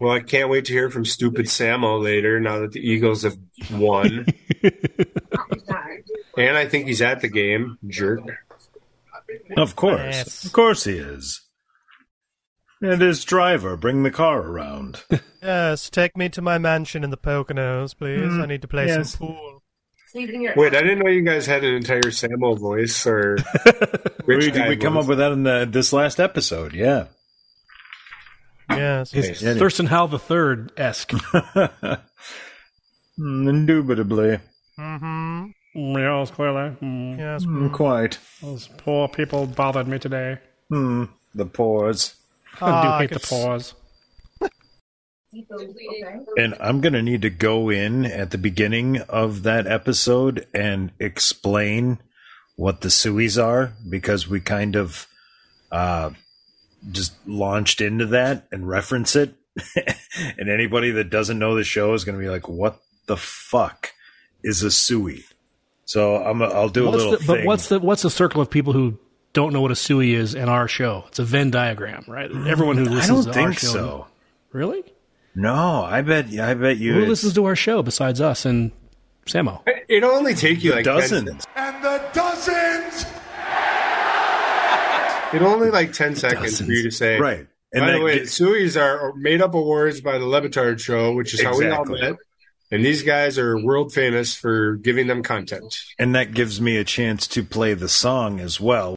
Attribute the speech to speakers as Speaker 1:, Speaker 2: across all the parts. Speaker 1: Well, I can't wait to hear from stupid Samo later now that the Eagles have won. and I think he's at the game. Jerk.
Speaker 2: Of course.
Speaker 3: Yes.
Speaker 2: Of course he is. And his driver bring the car around.
Speaker 3: Yes, take me to my mansion in the Poconos, please. I need to play
Speaker 2: yes.
Speaker 3: some pool.
Speaker 1: Wait, I didn't know you guys had an entire Samo voice or
Speaker 2: we,
Speaker 1: rich guy
Speaker 2: we come
Speaker 1: voice.
Speaker 2: up with that in the, this last episode, yeah.
Speaker 3: Yes.
Speaker 4: It's
Speaker 2: yeah.
Speaker 4: Thurston Howell the Third esque.
Speaker 2: Mm, Hmm, Indubitably.
Speaker 3: Mm-hmm.
Speaker 4: yes, clearly. Mm.
Speaker 3: Yes.
Speaker 2: Mm, Quite.
Speaker 4: Those poor people bothered me today.
Speaker 2: Hmm. The pause.
Speaker 3: Ah,
Speaker 4: I do hate
Speaker 3: I
Speaker 4: the
Speaker 3: could s-
Speaker 4: pause.
Speaker 2: And I'm going to need to go in at the beginning of that episode and explain what the Sueys are because we kind of uh, just launched into that and reference it. and anybody that doesn't know the show is going to be like, what the fuck is a Suey? So I'm a, I'll do a
Speaker 4: What's
Speaker 2: little
Speaker 4: the,
Speaker 2: thing.
Speaker 4: but what's the what's the circle of people who don't know what a SUI is in our show? It's a Venn diagram, right? Everyone who
Speaker 2: I
Speaker 4: listens
Speaker 2: don't
Speaker 4: to our
Speaker 2: think
Speaker 4: show.
Speaker 2: so.
Speaker 4: Really?
Speaker 2: No, I bet I bet you
Speaker 4: Who
Speaker 2: it's
Speaker 4: listens to our show besides us and Samo?
Speaker 1: It'll only take you like 10
Speaker 2: dozens.
Speaker 1: It'll only like 10 seconds for
Speaker 4: Dozens.
Speaker 1: you to say.
Speaker 2: Right.
Speaker 1: by the
Speaker 2: that
Speaker 1: way,
Speaker 2: ge-
Speaker 1: Sueys are made up awards by the Levitard Show, which is how we
Speaker 2: Exactly.
Speaker 1: all met. And these guys are world famous for giving them content.
Speaker 2: And that gives me a chance to play the song as well.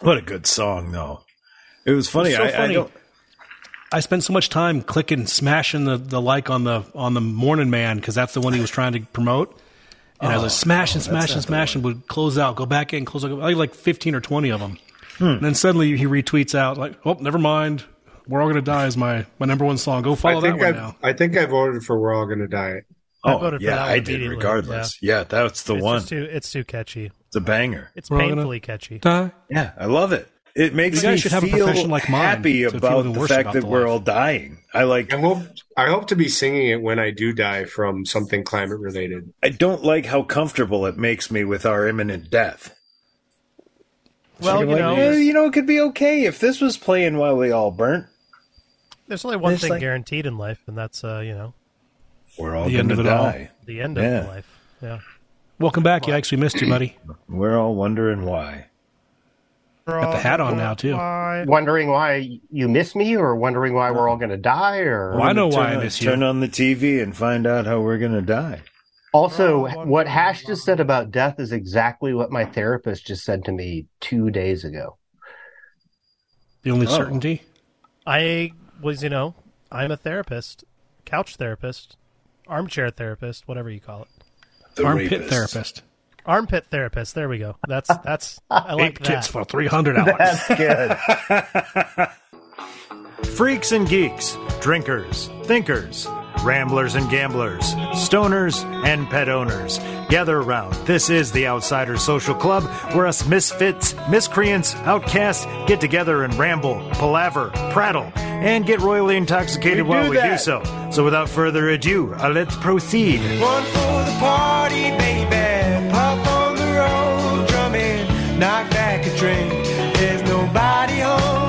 Speaker 2: What a good song, though. It was funny.
Speaker 4: so
Speaker 2: I, I
Speaker 4: funny.
Speaker 2: don't.
Speaker 4: I spent so much time clicking, smashing the, the like on the on the Morning Man because that's the one he was trying to promote. And I was like smashing, smashing, smashing, would close out, go back in, close out. I had like fifteen or twenty of them, and then suddenly he retweets out like, "Oh, never mind, we're all gonna die" is my my number one song. Go follow
Speaker 1: I
Speaker 4: that
Speaker 1: think
Speaker 4: one
Speaker 1: I
Speaker 4: now.
Speaker 1: I think I voted for We're All Gonna Die.
Speaker 3: I
Speaker 2: Oh,
Speaker 3: voted for
Speaker 2: yeah,
Speaker 3: that
Speaker 2: I
Speaker 3: one
Speaker 2: did.
Speaker 3: immediately,
Speaker 2: Regardless, yeah, that's the
Speaker 3: It's
Speaker 2: one.
Speaker 3: just too. It's too catchy.
Speaker 2: It's a banger.
Speaker 3: It's
Speaker 4: We're all gonna-
Speaker 3: painfully catchy.
Speaker 4: Die.
Speaker 2: Yeah, I love it. It makes
Speaker 4: You guys
Speaker 2: me
Speaker 4: should have a
Speaker 2: feel
Speaker 4: profession like mine
Speaker 2: happy
Speaker 4: to feel
Speaker 2: about
Speaker 4: even
Speaker 2: the
Speaker 4: worse
Speaker 2: fact
Speaker 4: about
Speaker 2: that
Speaker 4: the
Speaker 2: we're
Speaker 4: life.
Speaker 2: all dying. I like.
Speaker 1: I hope I hope to be singing it when I do die from something climate related.
Speaker 2: I don't like how comfortable it makes me with our imminent death.
Speaker 3: Well, you
Speaker 2: Like, eh,
Speaker 3: know,
Speaker 2: you know, it could be okay if this was playing while we all burnt.
Speaker 3: there's only one
Speaker 2: It's
Speaker 3: thing
Speaker 2: like-
Speaker 3: guaranteed in life, and that's uh, you know,
Speaker 2: We're all
Speaker 4: The
Speaker 2: going
Speaker 4: end
Speaker 2: to
Speaker 4: of it all.
Speaker 2: die.
Speaker 3: the end of
Speaker 2: Yeah.
Speaker 3: life. Yeah.
Speaker 4: Welcome back, yikes! We missed you, buddy.
Speaker 2: We're all wondering why.
Speaker 4: Got the hat on now too.
Speaker 5: Wondering why you miss me, or wondering why we're all going to die, or
Speaker 4: Well, I know why
Speaker 2: turn
Speaker 4: I
Speaker 2: on-
Speaker 4: miss you.
Speaker 2: Turn on the TV and find out how we're going to die.
Speaker 3: Oh,
Speaker 5: also what Hash just said about death is exactly what my therapist just said to me two days ago.
Speaker 4: The only
Speaker 2: Oh.
Speaker 4: certainty.
Speaker 3: I was, you know, I'm a therapist, couch therapist, armchair therapist, whatever you call it.
Speaker 2: The
Speaker 4: Armpit
Speaker 2: rapist.
Speaker 4: therapist.
Speaker 3: Armpit therapist. There we go. That's that's I like
Speaker 4: Ape
Speaker 3: that.
Speaker 4: tits for three hundred hours.
Speaker 5: That's good.
Speaker 2: Freaks and geeks, drinkers, thinkers, ramblers and gamblers, stoners and pet owners, gather around. This is the Outsider Social Club, where us misfits, miscreants, outcasts get together and ramble, palaver, prattle, and get royally intoxicated while we do so. So without further ado, uh, let's proceed.
Speaker 6: One for the party, baby. Pop on the road, drumming. Knock back a drink. There's nobody home.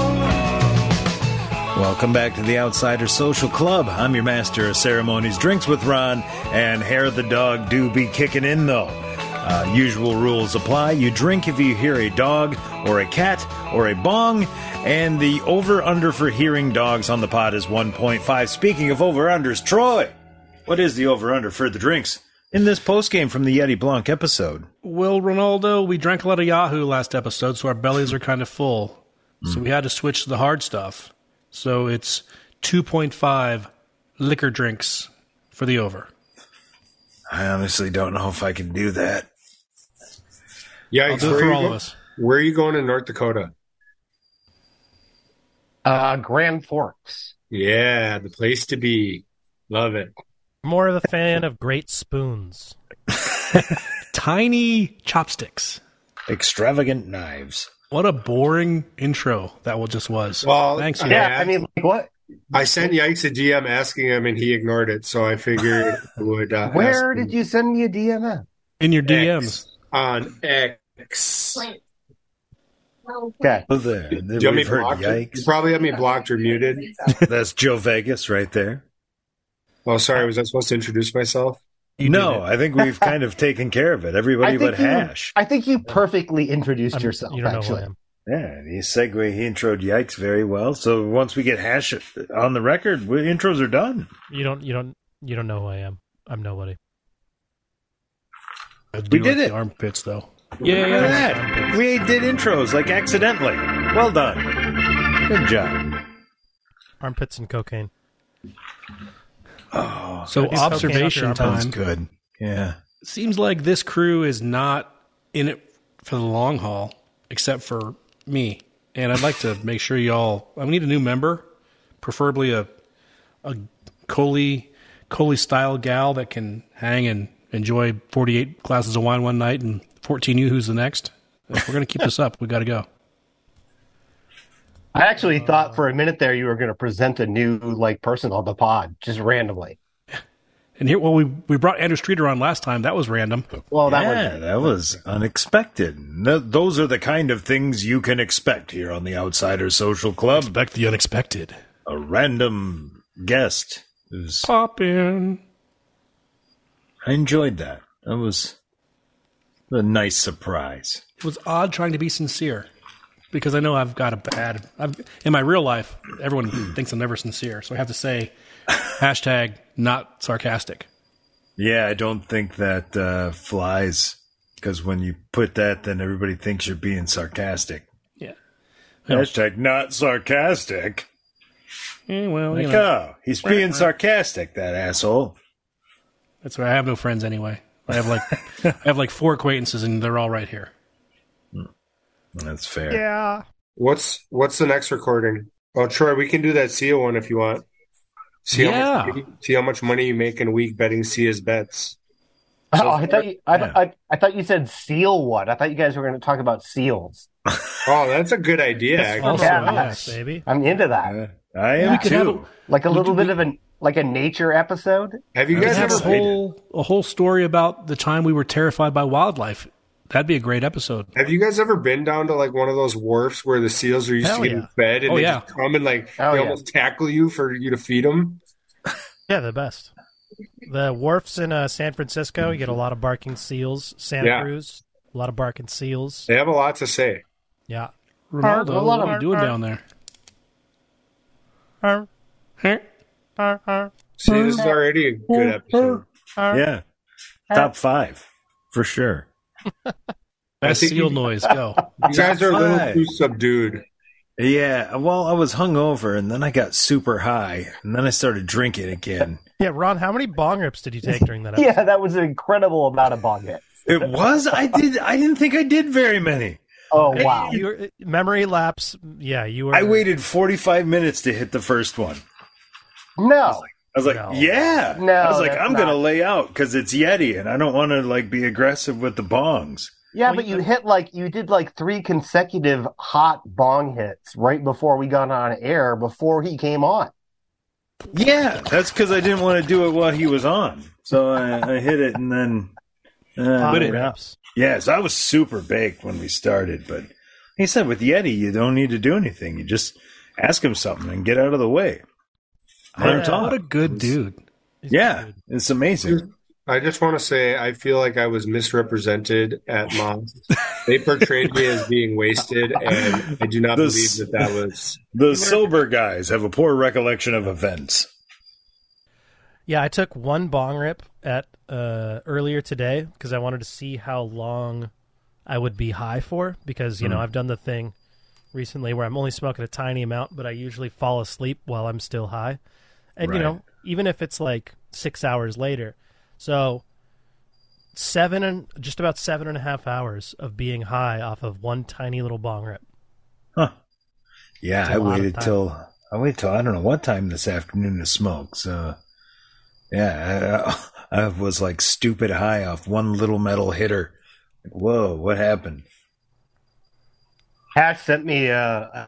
Speaker 2: Welcome back to the Outsider Social Club. I'm your master of ceremonies, drinks with Ron, and hair of the dog do be kicking in though. Uh, usual rules apply. You drink if you hear a dog or a cat or a bong, and the over under for hearing dogs on the pod is 1.5. Speaking of over unders, Troy, what is the over under for the drinks in this post game from the Yeti Blanc episode.
Speaker 4: Well, Ronaldo, we drank a lot of Yahoo last episode, so our bellies are kind of full. So we had to switch to the hard stuff. So it's 2.5 liquor drinks for the over.
Speaker 2: I honestly don't know if I can do that.
Speaker 4: I'll
Speaker 1: Yikes!
Speaker 4: do it
Speaker 1: Where,
Speaker 4: for
Speaker 1: you
Speaker 4: all of
Speaker 1: go-
Speaker 4: us.
Speaker 1: where are you going in North Dakota?
Speaker 5: Uh, Grand Forks.
Speaker 1: Yeah, the place to be. Love it.
Speaker 3: More of a fan of great spoons.
Speaker 4: Tiny chopsticks.
Speaker 2: Extravagant knives.
Speaker 4: What a boring intro that will just was.
Speaker 1: Well,
Speaker 4: Thanks,
Speaker 1: I-
Speaker 4: you.
Speaker 1: Yeah.
Speaker 5: Yeah, I mean, like, what?
Speaker 1: I sent Yikes a DM asking him, and he ignored it. So I figured I would. Uh,
Speaker 5: Where
Speaker 1: ask him
Speaker 5: did you send me a DM? at?
Speaker 4: in your DMs.
Speaker 1: X on X?
Speaker 5: Okay.
Speaker 2: Oh, there.
Speaker 1: Do you have me
Speaker 2: We've heard
Speaker 1: blocked?
Speaker 2: yikes.
Speaker 1: You probably have me blocked or muted.
Speaker 2: That's Joe Vegas right there.
Speaker 1: Oh, sorry. Was I supposed to introduce myself?
Speaker 2: no, I think we've kind of taken care of it. Everybody
Speaker 5: I think
Speaker 2: but
Speaker 5: you-
Speaker 2: Hash.
Speaker 5: I think you perfectly introduced
Speaker 3: I'm-
Speaker 5: yourself.
Speaker 3: you don't know who
Speaker 5: actually,
Speaker 3: I am.
Speaker 2: Yeah, he segue he introed Yikes very well. So once we get Hash on the record, we, intros are done.
Speaker 3: You don't. You don't. You don't know who I am. I'm nobody.
Speaker 4: I do
Speaker 2: We did
Speaker 4: like
Speaker 2: it.
Speaker 4: The armpits, though.
Speaker 2: Yeah, Look at that. We did intros like accidentally. Well done. Good job.
Speaker 3: Armpits and cocaine.
Speaker 2: Oh,
Speaker 4: So
Speaker 3: Gotta do cocaine
Speaker 4: observation
Speaker 3: up your armpits.
Speaker 4: time.
Speaker 2: good. Yeah.
Speaker 4: Seems like this crew is not in it for the long haul, except for me. And I'd like to make sure y'all. I need a new member, preferably a a Coley Coley style gal that can hang and enjoy forty eight glasses of wine one night and fourteen yoo-hoos the next. If we're gonna keep this up, we got to go.
Speaker 5: I actually
Speaker 3: Uh,
Speaker 5: thought for a minute there you were going to present a new like person on the pod just randomly.
Speaker 4: And here, well, we we brought Andrew Streeter on last time. That was random.
Speaker 5: Well, that
Speaker 2: yeah,
Speaker 5: was
Speaker 2: that was unexpected. Th- those are the kind of things you can expect here on the Outsider Social Club.
Speaker 4: Expect the unexpected.
Speaker 2: A random guest. Is,
Speaker 4: Pop in.
Speaker 2: I enjoyed that. That was a nice surprise.
Speaker 4: it was odd trying to be sincere because I know I've got a bad. I've, in my real life,
Speaker 1: Hmm.
Speaker 4: everyone thinks I'm never sincere, so I have to say hashtag not sarcastic.
Speaker 2: Yeah, I don't think that uh, flies because when you put that, then everybody thinks you're being sarcastic.
Speaker 4: Yeah.
Speaker 2: Hashtag not sarcastic.
Speaker 4: Eh, well, you
Speaker 2: Like,
Speaker 1: uh,
Speaker 4: know,
Speaker 2: oh, he's being sarcastic, that asshole.
Speaker 4: that's why I have no friends anyway. I have like I have like four acquaintances, and they're all right here.
Speaker 2: That's fair.
Speaker 3: Yeah.
Speaker 1: What's What's the next recording? Oh, Troy, we can do that Sia one if you want. See how much,
Speaker 4: Yeah.
Speaker 1: see how much money you make in a week betting Sia's bets.
Speaker 5: oh, I thought you, I,
Speaker 2: yeah.
Speaker 5: I, I thought you said seal one. I thought you guys were going to talk about seals.
Speaker 1: Oh, that's a good idea. actually.
Speaker 4: Also,
Speaker 5: Yeah.
Speaker 4: yes.
Speaker 3: Oh, Baby.
Speaker 5: I'm into that.
Speaker 2: Uh, I am
Speaker 4: could have
Speaker 2: too.
Speaker 4: a-
Speaker 5: Like a
Speaker 4: Would
Speaker 5: little
Speaker 4: you-
Speaker 5: bit of an like a nature episode.
Speaker 1: Have you
Speaker 4: We
Speaker 1: guys
Speaker 4: could have
Speaker 1: ever?
Speaker 4: a
Speaker 2: Excited.
Speaker 4: whole a whole story about the time we were terrified by wildlife. That'd be a great episode.
Speaker 1: Have you guys ever been down to like one of those wharfs where the seals are used
Speaker 3: Hell
Speaker 1: to get
Speaker 3: yeah.
Speaker 1: in bed and
Speaker 4: Oh,
Speaker 1: they
Speaker 4: yeah.
Speaker 1: just come and like
Speaker 5: Oh,
Speaker 1: they
Speaker 5: yeah.
Speaker 1: almost tackle you for you to feed them?
Speaker 3: Yeah, the best. The wharfs in uh, San Francisco. You get a lot of barking seals. Santa
Speaker 1: Yeah.
Speaker 3: Cruz. A lot of barking seals.
Speaker 1: They have a lot to say.
Speaker 3: Yeah.
Speaker 4: Ronaldo,
Speaker 5: a
Speaker 4: what
Speaker 5: lot of-
Speaker 4: are you doing
Speaker 3: arr.
Speaker 4: down there?
Speaker 3: Arr,
Speaker 4: Huh?
Speaker 3: arr, arr,
Speaker 1: See, this is already a good episode.
Speaker 4: uh,
Speaker 3: arr.
Speaker 2: Yeah. Top five, for sure.
Speaker 1: I
Speaker 4: Best
Speaker 1: think
Speaker 4: seal
Speaker 1: you-
Speaker 4: noise. Go.
Speaker 1: You guys are a little
Speaker 2: Five.
Speaker 1: too subdued.
Speaker 2: Yeah, well, I was hungover and then I got super high and then I started drinking again.
Speaker 3: Yeah, Ron. How many bong rips did you take during that? episode?
Speaker 5: Yeah, that was an incredible amount of bonget.
Speaker 2: it was? I did I didn't think I did very many.
Speaker 5: Oh wow!
Speaker 3: You were, memory lapse. Yeah, you were.
Speaker 2: I waited 45 minutes to hit the first one.
Speaker 5: No,
Speaker 2: I was like,
Speaker 3: No.
Speaker 2: yeah.
Speaker 5: No,
Speaker 2: I was like,
Speaker 5: that's
Speaker 2: I'm going to
Speaker 5: not.
Speaker 2: lay out because it's Yeti and I don't want to like be aggressive with the bongs.
Speaker 5: yeah, but you hit like you did like three consecutive hot bong hits right before we got on air before he came on.
Speaker 2: Yeah, that's because I didn't want to do it while he was on. So I, I hit it and then. Uh,
Speaker 3: Bong
Speaker 2: let it out.
Speaker 3: rips.
Speaker 2: Yes, I was super baked when we started, but he said with Yeti, you don't need to do anything. You just ask him something and get out of the way. Let him
Speaker 3: Yeah.
Speaker 2: talk.
Speaker 4: What a good dude.
Speaker 2: yeah, it's amazing.
Speaker 1: I just want to say I feel like I was misrepresented at Moss. They portrayed me as being wasted, and I do not
Speaker 2: This-
Speaker 1: believe that that was.
Speaker 2: The sober guys have a poor recollection of events.
Speaker 3: Yeah, I took one bong rip at uh, earlier today because I wanted to see how long I would be high for because you know I've done the thing recently where I'm only smoking a tiny amount, but I usually fall asleep while I'm still high, and you
Speaker 2: Right.
Speaker 3: know even if it's like six hours later, so seven and just about seven and a half hours of being high off of one tiny little bong rip.
Speaker 2: Yeah,
Speaker 3: It's a
Speaker 2: I
Speaker 3: lot of
Speaker 2: waited
Speaker 3: time.
Speaker 2: till I waited till I don't know what time this afternoon to smoke. So, yeah, I, I was like stupid high off one little metal hitter. Whoa, what happened?
Speaker 5: Hash sent me a,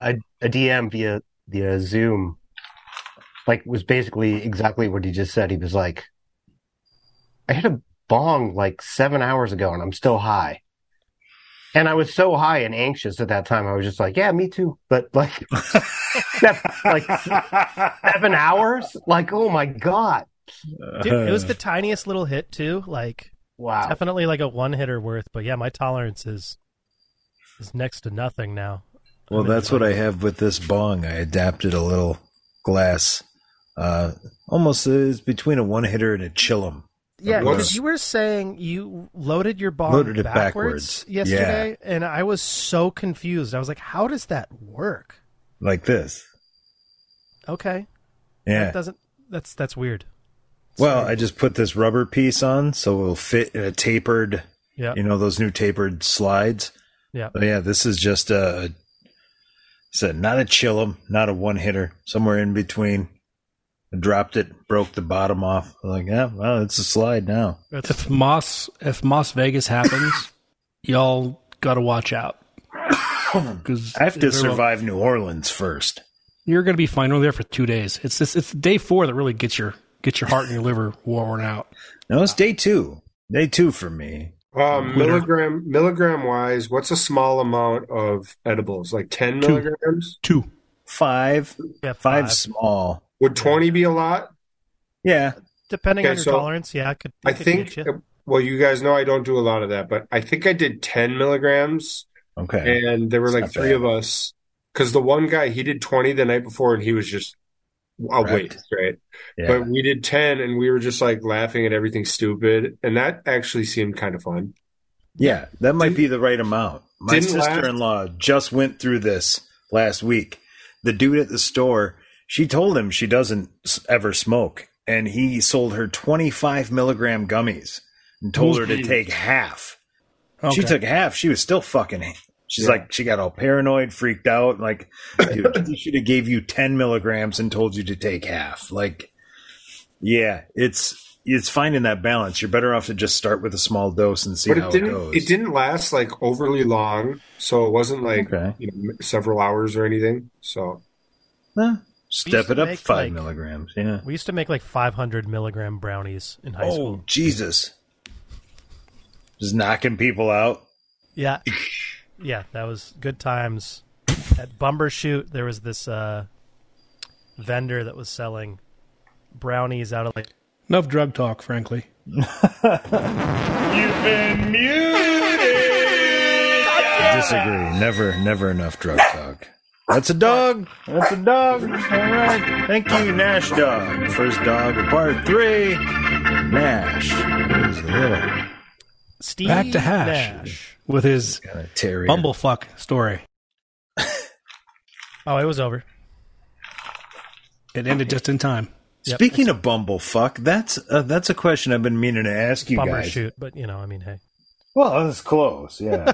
Speaker 5: a a DM via via Zoom. Like was basically exactly what he just said. He was like, "I hit a bong like seven hours ago, and I'm still high." And I was so high and anxious at that time. I was just like, "Yeah, me too." But like, seven, like seven hours. Like, oh my god!
Speaker 3: Dude, it was the tiniest little hit too. Like
Speaker 5: Wow.
Speaker 3: definitely like a one hitter worth, but yeah, my tolerance is is next to nothing now.
Speaker 2: Well, that's what I have with this bong. I adapted a little glass, uh, almost is between a one hitter and a chillum.
Speaker 3: Yeah,
Speaker 2: What
Speaker 3: 'cause
Speaker 2: is-
Speaker 3: you were saying you loaded your bong
Speaker 2: Loaded it
Speaker 3: backwards,
Speaker 2: backwards.
Speaker 3: yesterday, and I was so confused. I was like, "How does that work?"
Speaker 2: like this.
Speaker 3: Okay,
Speaker 2: Yeah.
Speaker 3: that doesn't. That's that's weird.
Speaker 2: Well, I just put this rubber piece on so it'll fit in a tapered,
Speaker 3: Yeah,
Speaker 2: you know, those new tapered slides.
Speaker 3: yeah.
Speaker 2: But yeah, this is just a, it's a not a chillum, not a one hitter, somewhere in between. I dropped it, broke the bottom off. I'm like, yeah, well, it's a slide now.
Speaker 3: That's,
Speaker 4: If Moss if Moss Vegas happens, y'all gotta watch out. Because
Speaker 2: I have to survive New Orleans first.
Speaker 4: You're gonna be fine. We're there for two days. It's it's, it's day four that really gets your get your heart and your liver worn out.
Speaker 2: No, it's day two. Day two for me.
Speaker 1: Um, milligram milligram wise, what's a small amount of edibles? Like ten milligrams?
Speaker 4: Two.
Speaker 2: Five,
Speaker 3: yeah,
Speaker 2: five,
Speaker 3: five.
Speaker 2: small.
Speaker 1: Would twenty be a lot?
Speaker 2: Yeah.
Speaker 3: Depending
Speaker 1: Okay,
Speaker 3: on your
Speaker 1: so
Speaker 3: tolerance, yeah, I could. it
Speaker 1: I
Speaker 3: could
Speaker 1: think.
Speaker 3: get you.
Speaker 1: Well, you guys know I don't do a lot of that, but I think I did ten milligrams,
Speaker 2: Okay.
Speaker 1: and there were
Speaker 2: It's
Speaker 1: like
Speaker 2: not
Speaker 1: three
Speaker 2: bad.
Speaker 1: of us. Because the one guy he did twenty the night before, and he was just a
Speaker 2: Wrecked.
Speaker 1: waste, right?
Speaker 2: Yeah.
Speaker 1: But we did ten, and we were just like laughing at everything stupid, and that actually seemed kind of fun.
Speaker 2: Yeah, that might be the right amount. My
Speaker 1: Didn't last-
Speaker 2: sister in law just went through this last week. The dude at the store, she told him she doesn't s- ever smoke, and he sold her 25 milligram gummies and told her to take half. She took half. She was still fucking. it. She's like, she got all paranoid, freaked out, and like, dude, she should have gave you 10 milligrams and told you to take half. Like, yeah, it's. It's finding that balance. You're better off to just start with a small dose and see
Speaker 1: But
Speaker 2: how
Speaker 1: it didn't.
Speaker 2: it goes.
Speaker 1: It didn't last like overly long, so it wasn't like
Speaker 2: Okay.
Speaker 1: you know, several hours or anything. So
Speaker 2: Huh.
Speaker 3: We used
Speaker 2: Step
Speaker 3: to
Speaker 2: it up
Speaker 3: make,
Speaker 2: five
Speaker 3: like-
Speaker 2: milligrams. Yeah.
Speaker 3: We used to make like 500 milligram brownies in high
Speaker 2: Oh
Speaker 3: school.
Speaker 2: Jesus! Just knocking people out.
Speaker 3: Yeah. Yeah, that was good times. At Bumbershoot, there was this uh, vendor that was selling brownies out of like
Speaker 4: Enough drug talk, frankly.
Speaker 2: Disagree. Never, never enough drug talk. That's a dog. That's a dog. All right. Thank you, Nash Dog. First dog of part three. Nash is the little
Speaker 3: Steve
Speaker 4: Back to Hash
Speaker 3: Nash.
Speaker 4: with his
Speaker 2: kind of terrier.
Speaker 4: bumblefuck story.
Speaker 3: Oh, it was over.
Speaker 4: It ended just in time.
Speaker 2: Speaking of bumblefuck, that's uh, that's a question I've been meaning to ask you
Speaker 3: Bumbershoot,
Speaker 2: guys.
Speaker 3: but you know, I mean, hey.
Speaker 2: Well, that's close. Yeah,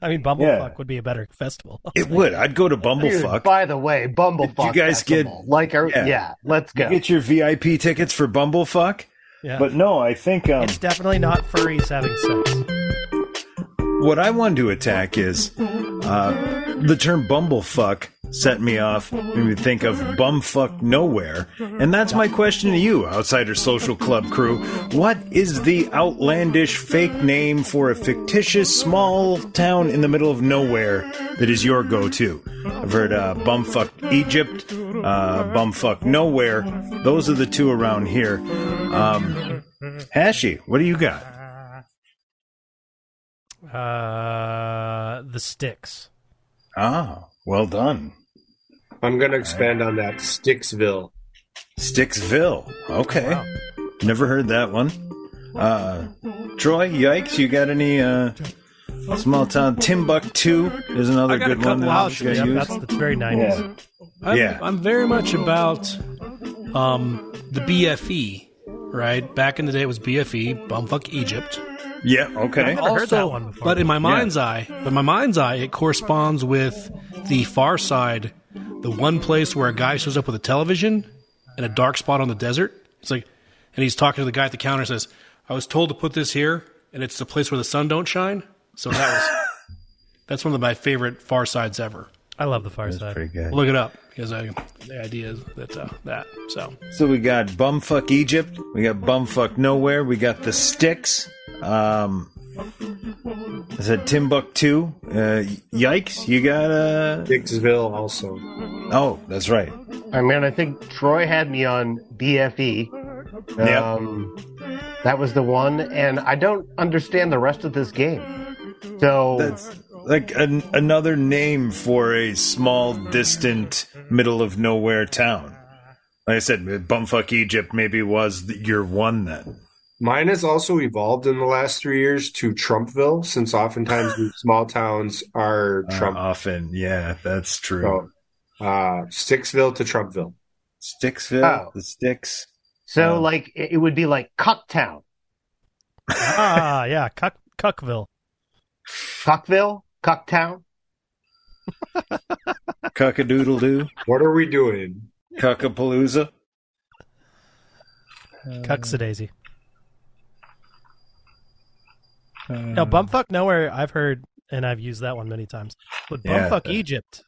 Speaker 3: I mean, Bumblefuck
Speaker 2: Yeah.
Speaker 3: would be a better festival.
Speaker 2: it would. I'd go to
Speaker 5: Dude,
Speaker 2: bumblefuck.
Speaker 5: by the way, Bumblefuck.
Speaker 2: you guys get-
Speaker 5: festival. like? Are,
Speaker 2: Yeah.
Speaker 5: yeah. let's go.
Speaker 2: Get your VIP tickets for bumblefuck.
Speaker 3: Yeah.
Speaker 2: But no, I think um,
Speaker 3: it's definitely not furries having sex.
Speaker 2: what I want to attack is uh, the term bumblefuck set me off, made me think of bumfuck nowhere. And that's my question to you, Outsider Social Club crew. What is the outlandish fake name for a fictitious small town in the middle of nowhere that is your go to? I've heard uh, bumfuck Egypt, uh, bumfuck nowhere. Those are the two around here. Um, Hashi, what do you got?
Speaker 3: Uh, the Sticks.
Speaker 2: Ah, well done.
Speaker 1: I'm going to expand on that. Sticksville.
Speaker 2: Sticksville. Okay. Never heard that one. Uh, Troy, yikes! You got any uh, small town Timbuktu? Is another
Speaker 4: I got a
Speaker 2: good one
Speaker 4: couple
Speaker 2: that
Speaker 4: out,
Speaker 2: you
Speaker 4: yeah,
Speaker 2: got used.
Speaker 3: That's that's very nineties.
Speaker 4: I'm,
Speaker 2: Yeah.
Speaker 4: I'm very much about um, the BFE, right? Back in the day, it was BFE, bumfuck Egypt.
Speaker 2: Yeah. Okay.
Speaker 3: Never heard that one before.
Speaker 4: But in my mind's eye, but in my mind's eye, it corresponds with the Far Side, the one place where a guy shows up with a television and a dark spot on the desert. It's like, and he's talking to the guy at the counter. and Says, "I was told to put this here, and it's the place where the sun don't shine." So that was that's one of my favorite Far Sides ever.
Speaker 3: I love the Far Side.
Speaker 2: Pretty good.
Speaker 4: Look it up because I, the idea is that uh, that so
Speaker 2: So we got bumfuck Egypt, we got bumfuck nowhere, we got the sticks. Um, I said Timbuktu. Uh, yikes! You got uh
Speaker 1: Dixville also.
Speaker 2: oh, that's right.
Speaker 5: I mean, I think Troy had me on BFE.
Speaker 2: Yeah.
Speaker 5: Um, That was the one, and I don't understand the rest of this game. So
Speaker 2: That's like an, another name for a small, distant, middle of nowhere town. Like I said, bumfuck Egypt maybe was the, your one then.
Speaker 1: Mine has also evolved in the last three years to Trumpville, since oftentimes these small towns are
Speaker 2: Uh,
Speaker 1: Trump.
Speaker 2: often, yeah, that's true.
Speaker 1: So, uh, Sticksville to Trumpville.
Speaker 2: Sticksville,
Speaker 5: Oh.
Speaker 2: the sticks.
Speaker 5: so
Speaker 2: Oh.
Speaker 5: like it it would be like Cucktown,
Speaker 3: ah, yeah, Cuck, Cuckville.
Speaker 5: Cuckville, Cucktown.
Speaker 2: Cockadoodle doo.
Speaker 1: What are we doing?
Speaker 2: Cockapalooza.
Speaker 3: Cucks a daisy.
Speaker 2: Uh,
Speaker 3: Now, bumfuck nowhere. I've heard and I've used that one many times. But
Speaker 2: Yeah,
Speaker 3: bumfuck
Speaker 2: the-
Speaker 3: Egypt.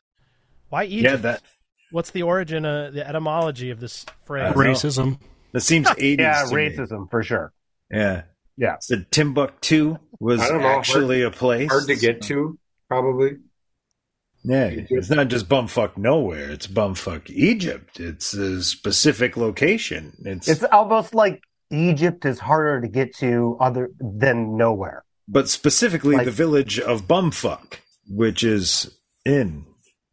Speaker 3: Why Egypt?
Speaker 2: Yeah, that
Speaker 3: What's the origin, uh, the etymology of this phrase?
Speaker 2: Uh,
Speaker 4: racism.
Speaker 2: that seems eighties.
Speaker 5: Yeah,
Speaker 2: to me.
Speaker 5: racism for sure.
Speaker 2: Yeah,
Speaker 5: Yeah.
Speaker 2: So Timbuktu was
Speaker 1: I don't know,
Speaker 2: actually a place
Speaker 1: Hard to
Speaker 2: uh,
Speaker 1: get to, probably.
Speaker 2: Yeah, it's not just bumfuck nowhere. It's bumfuck Egypt. It's a specific location. It's,
Speaker 5: It's almost like Egypt is harder to get to other than nowhere.
Speaker 2: but specifically
Speaker 5: like-
Speaker 2: the village of bumfuck, which is in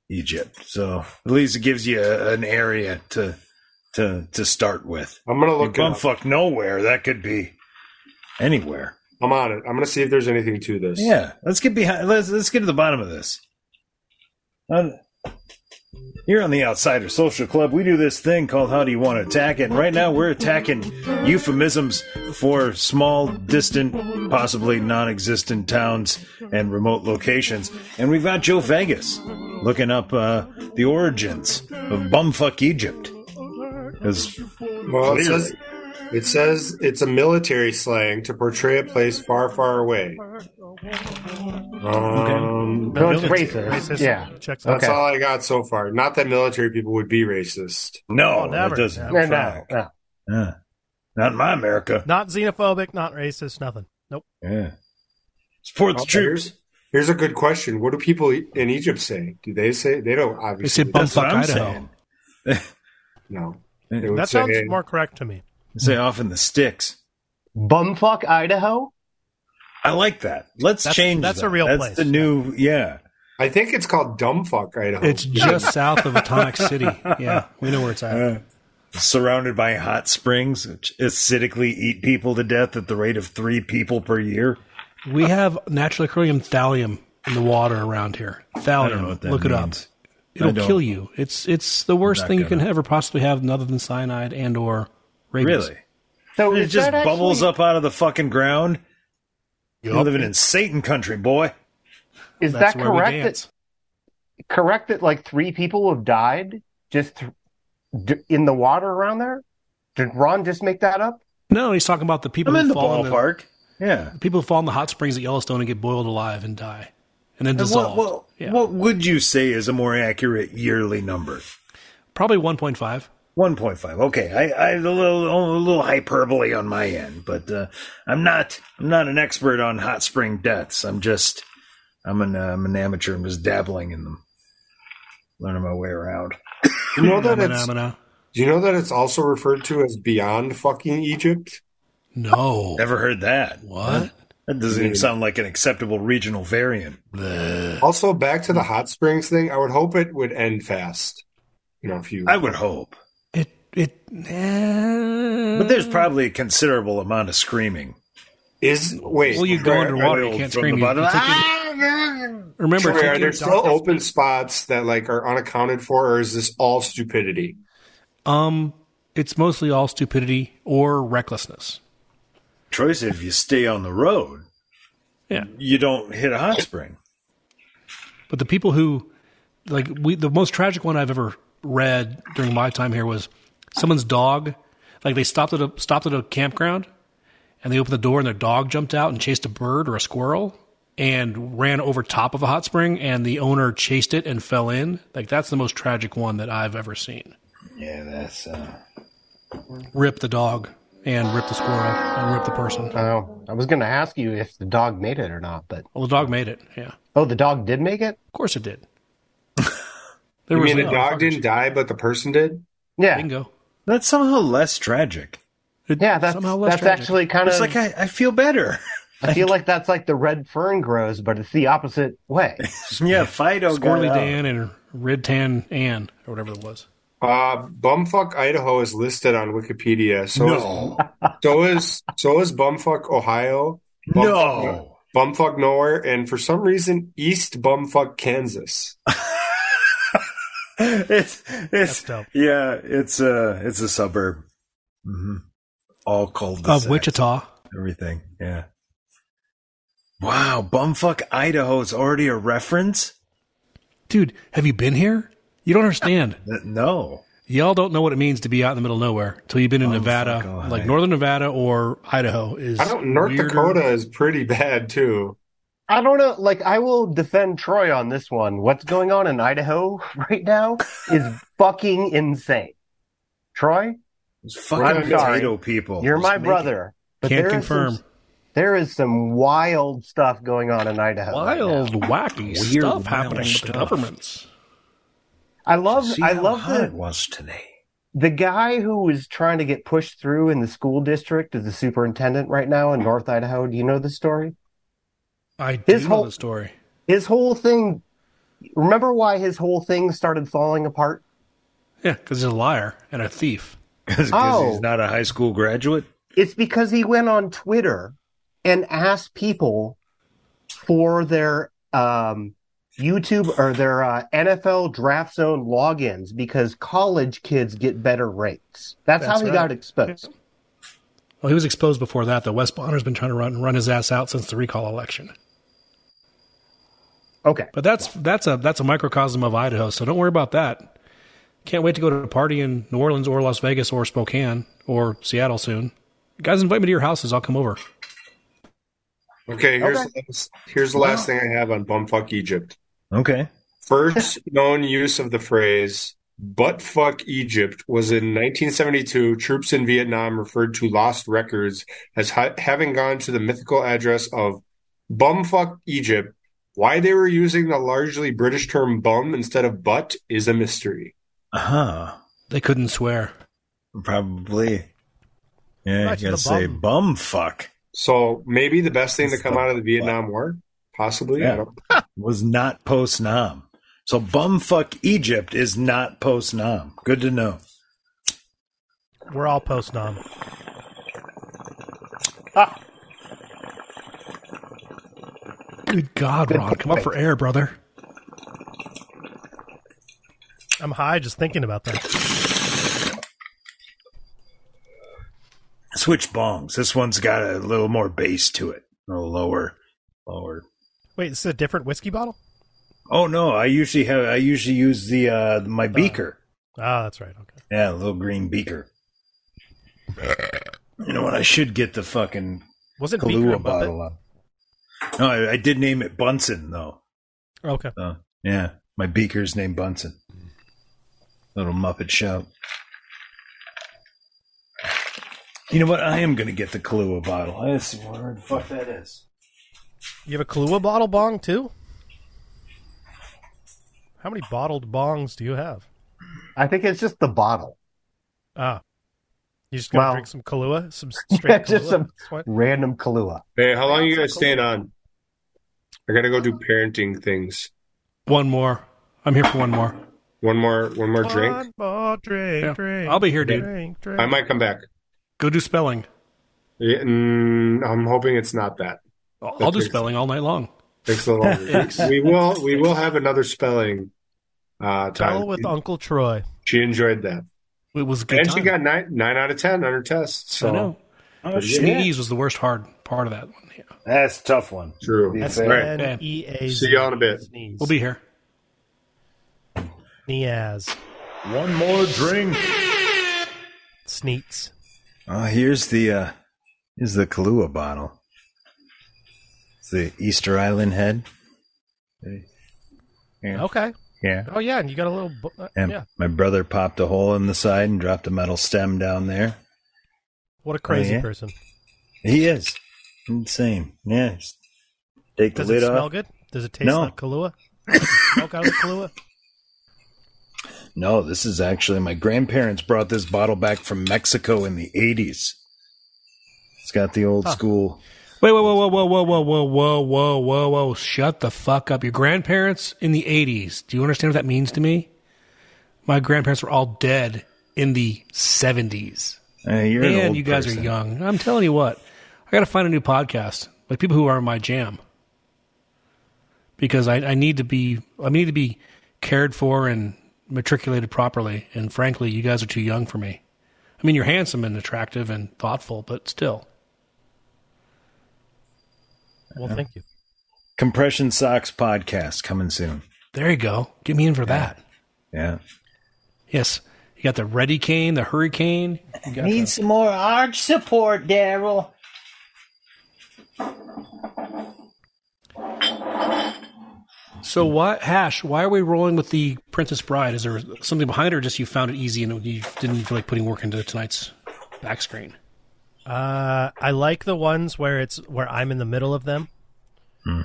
Speaker 2: Egypt. So at least it gives you a, an area to to to start with.
Speaker 1: I'm gonna look it up.
Speaker 2: Bumfuck nowhere. That could be anywhere.
Speaker 1: I'm on it. I'm gonna see if there's anything to this.
Speaker 2: Yeah, let's get behind. Let's let's get to the bottom of this. Um, Here on the Outsider Social Club, we do this thing called "How Do You Want to Attack It?" And right now, we're attacking euphemisms for small, distant, possibly non-existent towns and remote locations. And we've got Joe Vegas looking up uh, the origins of bumfuck Egypt. 'Cause
Speaker 1: Well, it
Speaker 2: Clearly.
Speaker 1: says, it says it's a military slang to portray a place far, far away. Um,
Speaker 5: So it's
Speaker 3: Military.
Speaker 5: racist. Yeah.
Speaker 3: Checks out.
Speaker 1: That's all I got so far. Not that military people would be racist.
Speaker 2: no,
Speaker 3: Oh,
Speaker 2: that
Speaker 3: never.
Speaker 2: doesn't.
Speaker 5: No, no,
Speaker 2: track.
Speaker 5: no.
Speaker 2: Uh, not in my America.
Speaker 3: Not xenophobic, not racist, nothing. Nope.
Speaker 2: Yeah. Support the
Speaker 1: Okay,
Speaker 2: troops.
Speaker 1: Here's, here's a good question. What do people e- in Egypt say? Do they say they don't
Speaker 4: They
Speaker 1: obviously
Speaker 4: said
Speaker 2: That's
Speaker 4: bumfuck
Speaker 2: what I'm
Speaker 4: Idaho.
Speaker 2: saying.
Speaker 1: no.
Speaker 2: Yeah.
Speaker 1: They would
Speaker 3: That sounds more correct to me.
Speaker 2: They Say off in the sticks.
Speaker 5: Bumfuck, Idaho.
Speaker 2: I like that. Let's
Speaker 3: That's-
Speaker 2: change.
Speaker 3: that's a
Speaker 2: that.
Speaker 3: real
Speaker 2: That's
Speaker 3: place.
Speaker 2: the new. Yeah.
Speaker 1: I think it's called dumbfuck Idaho.
Speaker 4: It's just south of Atomic City. Yeah, we know where it's at.
Speaker 2: Uh, surrounded by hot springs, which acidically eat people to death at the rate of three people per year.
Speaker 4: We have natural occurring thallium in the water around here. Thallium.
Speaker 2: I don't know what that
Speaker 4: Oh, Look
Speaker 2: means.
Speaker 4: it up. It'll
Speaker 2: don't.
Speaker 4: kill you. It's it's the worst
Speaker 2: not
Speaker 4: thing you can
Speaker 2: gonna.
Speaker 4: ever possibly have, other than cyanide and or rabies.
Speaker 2: Really?
Speaker 5: So
Speaker 2: It
Speaker 5: is
Speaker 2: just
Speaker 5: that
Speaker 2: bubbles
Speaker 5: actually-
Speaker 2: up out of the fucking ground. You're
Speaker 4: Yup.
Speaker 2: living in Satan country, boy.
Speaker 5: Is
Speaker 4: That's
Speaker 5: that
Speaker 4: where we
Speaker 5: correct? That,
Speaker 4: dance.
Speaker 5: correct that like three people have died just th- d- in the water around there? Did Ron just make that up?
Speaker 4: No, he's talking about the people
Speaker 2: I'm in the
Speaker 4: who fall in the,
Speaker 2: ballpark. Yeah.
Speaker 4: people who fall in the hot springs at Yellowstone and get boiled alive and die, and then
Speaker 2: And What,
Speaker 4: dissolved.
Speaker 2: what,
Speaker 4: yeah.
Speaker 2: what would you say is a more accurate yearly number?
Speaker 4: Probably one point five.
Speaker 2: One point five. Okay, I, I a little a little hyperbole on my end, but uh, I'm not I'm not an expert on hot spring deaths. I'm just I'm an uh, I'm an amateur. I'm just dabbling in them, learning my way around.
Speaker 1: you know that it's
Speaker 4: No,
Speaker 1: you know that it's also referred to as beyond fucking Egypt?
Speaker 4: no.
Speaker 2: Never heard that.
Speaker 4: What?
Speaker 2: That doesn't even sound like an acceptable regional variant.
Speaker 1: Also back to the hot springs thing, I would hope it would end fast. You know, if you
Speaker 2: I would hope.
Speaker 4: It it. eh,
Speaker 2: But there's probably a considerable amount of screaming.
Speaker 1: Is wait?
Speaker 4: well, you go
Speaker 1: Troy,
Speaker 4: underwater,
Speaker 1: are
Speaker 4: you
Speaker 2: Oiled
Speaker 4: can't
Speaker 2: from
Speaker 4: scream.
Speaker 2: the
Speaker 4: You-
Speaker 2: bottom.
Speaker 4: you take your-
Speaker 1: there-
Speaker 4: remember,
Speaker 1: Troy,
Speaker 4: take
Speaker 1: are there
Speaker 4: your-
Speaker 1: still open spots that like are unaccounted for, or is this all stupidity?
Speaker 4: um, it's mostly all stupidity or recklessness.
Speaker 2: Troy said if you stay on the road,
Speaker 4: Yeah.
Speaker 2: you don't hit a hot spring.
Speaker 4: But the people who, like, we the most tragic one I've ever read during my time here was someone's dog. Like they stopped at a stopped at a campground, and they opened the door, and their dog jumped out and chased a bird or a squirrel, and ran over top of a hot spring, and the owner chased it and fell in. Like that's the most tragic one that I've ever seen.
Speaker 2: Yeah, that's uh,
Speaker 4: Rip the dog and rip the squirrel and rip the person.
Speaker 5: Oh, I was going to ask you if the dog made it or not, but
Speaker 4: Well, the dog made it. Yeah, of
Speaker 5: oh, the dog did make it.
Speaker 4: course it did. There
Speaker 1: I mean, the
Speaker 4: no
Speaker 1: dog
Speaker 4: fucking
Speaker 1: didn't die, but the person did.
Speaker 5: Yeah,
Speaker 4: Bingo.
Speaker 2: that's somehow less tragic.
Speaker 4: It-
Speaker 5: yeah, that's
Speaker 4: somehow less
Speaker 5: that's
Speaker 4: tragic.
Speaker 5: actually kind
Speaker 2: It's
Speaker 5: of.
Speaker 2: like I, I feel better.
Speaker 5: I feel like that's like the red fern grows, but it's the opposite way.
Speaker 2: yeah, Fido got
Speaker 4: Squirrely
Speaker 5: uh,
Speaker 2: out.
Speaker 4: Dan and Red Tan Ann or whatever it was.
Speaker 1: Uh, Bumfuck Idaho is listed on Wikipedia. So is, so is so is Bumfuck Ohio. Bumfuck,
Speaker 2: No.
Speaker 1: Bumfuck nowhere, and for some reason, East Bumfuck Kansas.
Speaker 2: it's it's
Speaker 3: That's dope.
Speaker 2: yeah, it's a it's a suburb. hmm All called
Speaker 4: Of Wichita.
Speaker 2: everything. Yeah. Wow, bumfuck Idaho is already a reference.
Speaker 4: Dude, have you been here? You don't understand.
Speaker 2: Th- No,
Speaker 4: Y'all don't know what it means to be out in the middle of nowhere until you've
Speaker 1: Oh,
Speaker 4: been in
Speaker 2: fuck
Speaker 4: Nevada,
Speaker 2: Ohio.
Speaker 4: like northern Nevada or Idaho. Is
Speaker 1: I don't. North
Speaker 4: weirder.
Speaker 1: Dakota is pretty bad too.
Speaker 5: I don't know. Like, I will defend Troy on this one. What's going on in Idaho right now is fucking insane. Troy,
Speaker 2: it's
Speaker 5: I'm
Speaker 2: fucking
Speaker 5: sorry.
Speaker 2: potato people.
Speaker 5: you're
Speaker 2: Just
Speaker 5: my
Speaker 2: make
Speaker 5: brother. But
Speaker 4: Can't
Speaker 5: there is
Speaker 4: confirm.
Speaker 5: some- there is some wild stuff going on in Idaho. right now.
Speaker 4: Wild, wacky
Speaker 2: Weird,
Speaker 4: stuff
Speaker 2: wild
Speaker 4: happening with
Speaker 2: stuff.
Speaker 4: the governments.
Speaker 5: I
Speaker 2: it-
Speaker 5: love.
Speaker 2: See
Speaker 5: I
Speaker 2: how
Speaker 5: love
Speaker 2: hot
Speaker 5: the
Speaker 2: it was today.
Speaker 5: the guy who was trying to get pushed through in the school district is the superintendent right now in North Idaho. Do you know the story?
Speaker 4: I do
Speaker 5: His
Speaker 4: know
Speaker 5: whole-
Speaker 4: the story.
Speaker 5: His whole thing. Remember why his whole thing started falling apart?
Speaker 4: Yeah, because he's a liar and a thief.
Speaker 2: Because
Speaker 5: Oh.
Speaker 2: he's not a high school graduate.
Speaker 5: It's because he went on Twitter and asked people for their um, YouTube or their uh, NFL draft zone logins because college kids get better rates. That's, how
Speaker 4: That's
Speaker 5: he
Speaker 4: right.
Speaker 5: got exposed.
Speaker 4: Well, he was exposed before that, though. Wes Bonner's been trying to run run his ass out since the recall election.
Speaker 5: Okay.
Speaker 4: But that's that's a that's a microcosm of Idaho, so don't worry about that. Can't wait to go to a party in New Orleans or Las Vegas or Spokane or Seattle soon. Guys, invite me to your houses. I'll come over.
Speaker 1: Okay, here's The last, here's the last thing I have on Bumfuck Egypt.
Speaker 2: Okay.
Speaker 1: First known use of the phrase "buttfuck Egypt" was in 1972. Troops in Vietnam referred to lost records as ha- having gone to the mythical address of Bumfuck Egypt. Why they were using the largely British term "bum" instead of "butt" is a mystery.
Speaker 2: Uh huh.
Speaker 4: They couldn't swear.
Speaker 2: Probably. Yeah,
Speaker 3: Right to
Speaker 2: you gotta
Speaker 3: the
Speaker 2: say
Speaker 3: bum.
Speaker 2: bum fuck.
Speaker 1: So maybe the best thing to
Speaker 2: That's
Speaker 1: come
Speaker 2: the
Speaker 1: out of the Vietnam War, possibly. I
Speaker 2: Yeah.
Speaker 1: don't-
Speaker 2: was not post Nam. So bumfuck Egypt is not post Nam. Good to know.
Speaker 3: We're all post nom.
Speaker 4: Good God, Ron, come up for air, brother.
Speaker 3: I'm high just thinking about that.
Speaker 2: Switch bongs. This one's got a little more bass to it. A little lower, lower.
Speaker 3: Wait, this is a different whiskey bottle?
Speaker 2: Oh no, I usually have. I usually use the uh my beaker.
Speaker 3: Ah, that's right. Okay.
Speaker 2: Yeah, a little green beaker. You know what? I should get the fucking
Speaker 3: Wasn't Beaker a
Speaker 2: Kahlua
Speaker 3: Muppet?
Speaker 2: bottle up. No, I, I did name it Bunsen though.
Speaker 3: Okay.
Speaker 2: So, Uh, yeah, my beaker's named Bunsen. Little Muppet shout. You know what? I am going to get the Kahlua bottle. I see where the fuck that is.
Speaker 3: You have a Kahlua bottle bong too? How many bottled bongs do you have?
Speaker 5: I think it's just the bottle.
Speaker 3: Ah. You just gonna
Speaker 5: Well-
Speaker 3: drink some Kahlua? Some straight Kahlua?
Speaker 5: Just some-
Speaker 3: That's what-
Speaker 5: Random Kahlua.
Speaker 1: Hey, how long you guys staying on? I gotta go do parenting things.
Speaker 4: One more. I'm here for one more.
Speaker 1: One more, one more drink.
Speaker 3: One more drink,
Speaker 4: Yeah.
Speaker 3: drink.
Speaker 4: I'll be here, dude.
Speaker 3: Drink, drink.
Speaker 1: I might come back.
Speaker 4: Go do spelling.
Speaker 1: Yeah, mm, I'm hoping it's not that.
Speaker 4: I'll I'll do
Speaker 1: Okay.
Speaker 4: spelling all night long.
Speaker 1: Thanks a lot. we will, we will have another spelling uh,
Speaker 3: Tell
Speaker 1: time.
Speaker 3: with Uncle Troy.
Speaker 1: She enjoyed that,
Speaker 4: It was a good.
Speaker 1: and
Speaker 4: time.
Speaker 1: she got nine nine out of ten on her test. So
Speaker 4: I know.
Speaker 2: Oh,
Speaker 4: Sneeze was the worst hard part of that one. Yeah.
Speaker 2: That's a tough one.
Speaker 1: true.
Speaker 2: That's
Speaker 1: All right.
Speaker 3: N E A Z.
Speaker 1: See y'all in a bit.
Speaker 3: Sneeze.
Speaker 4: We'll be here.
Speaker 3: Niaz.
Speaker 2: One more drink.
Speaker 3: Sneets.
Speaker 2: Oh, here's the uh here's the Kahlua bottle. It's the Easter Island head. Yeah.
Speaker 3: Okay.
Speaker 2: Yeah.
Speaker 3: Oh, yeah. And you got a little. Bu- uh,
Speaker 2: And
Speaker 3: yeah.
Speaker 2: my brother popped a hole in the side and dropped a metal stem down there.
Speaker 3: What a crazy
Speaker 2: yeah.
Speaker 3: person.
Speaker 2: He is insane. Yeah. just take the
Speaker 3: Does it
Speaker 2: lid
Speaker 3: smell
Speaker 2: off.
Speaker 3: good? Does it taste
Speaker 2: No.
Speaker 3: like Kahlua? Smoke out of the Kahlua?
Speaker 2: No, this is actually my grandparents brought this bottle back from Mexico in the 80s. It's got the old school.
Speaker 4: Wait, whoa, whoa, whoa, whoa, whoa, whoa, whoa, whoa, whoa, whoa! Shut the fuck up. Your grandparents in the '80s. Do you understand what that means to me? My grandparents were all dead in the '70s.
Speaker 2: Uh, you're an
Speaker 4: Man,
Speaker 2: old
Speaker 4: you guys
Speaker 2: person.
Speaker 4: are young. I'm telling you what, I got to find a new podcast like people who are my jam because I, I need to be I need to be cared for and matriculated properly. And frankly, you guys are too young for me. I mean, you're handsome and attractive and thoughtful, but still,
Speaker 3: Well, thank you.
Speaker 2: Compression Socks podcast coming soon.
Speaker 4: there you go. Get me in for that.
Speaker 2: Yeah.
Speaker 4: Yes, you got the ready cane, the hurricane. You got the-
Speaker 2: some more arch support, Daryl.
Speaker 4: so what hash? Why are we rolling with the Princess Bride? Is there something behind it, or just you found it easy and you didn't feel like putting work into tonight's back screen?
Speaker 3: Uh, I like the ones where it's where I'm in the middle of them.
Speaker 2: Hmm.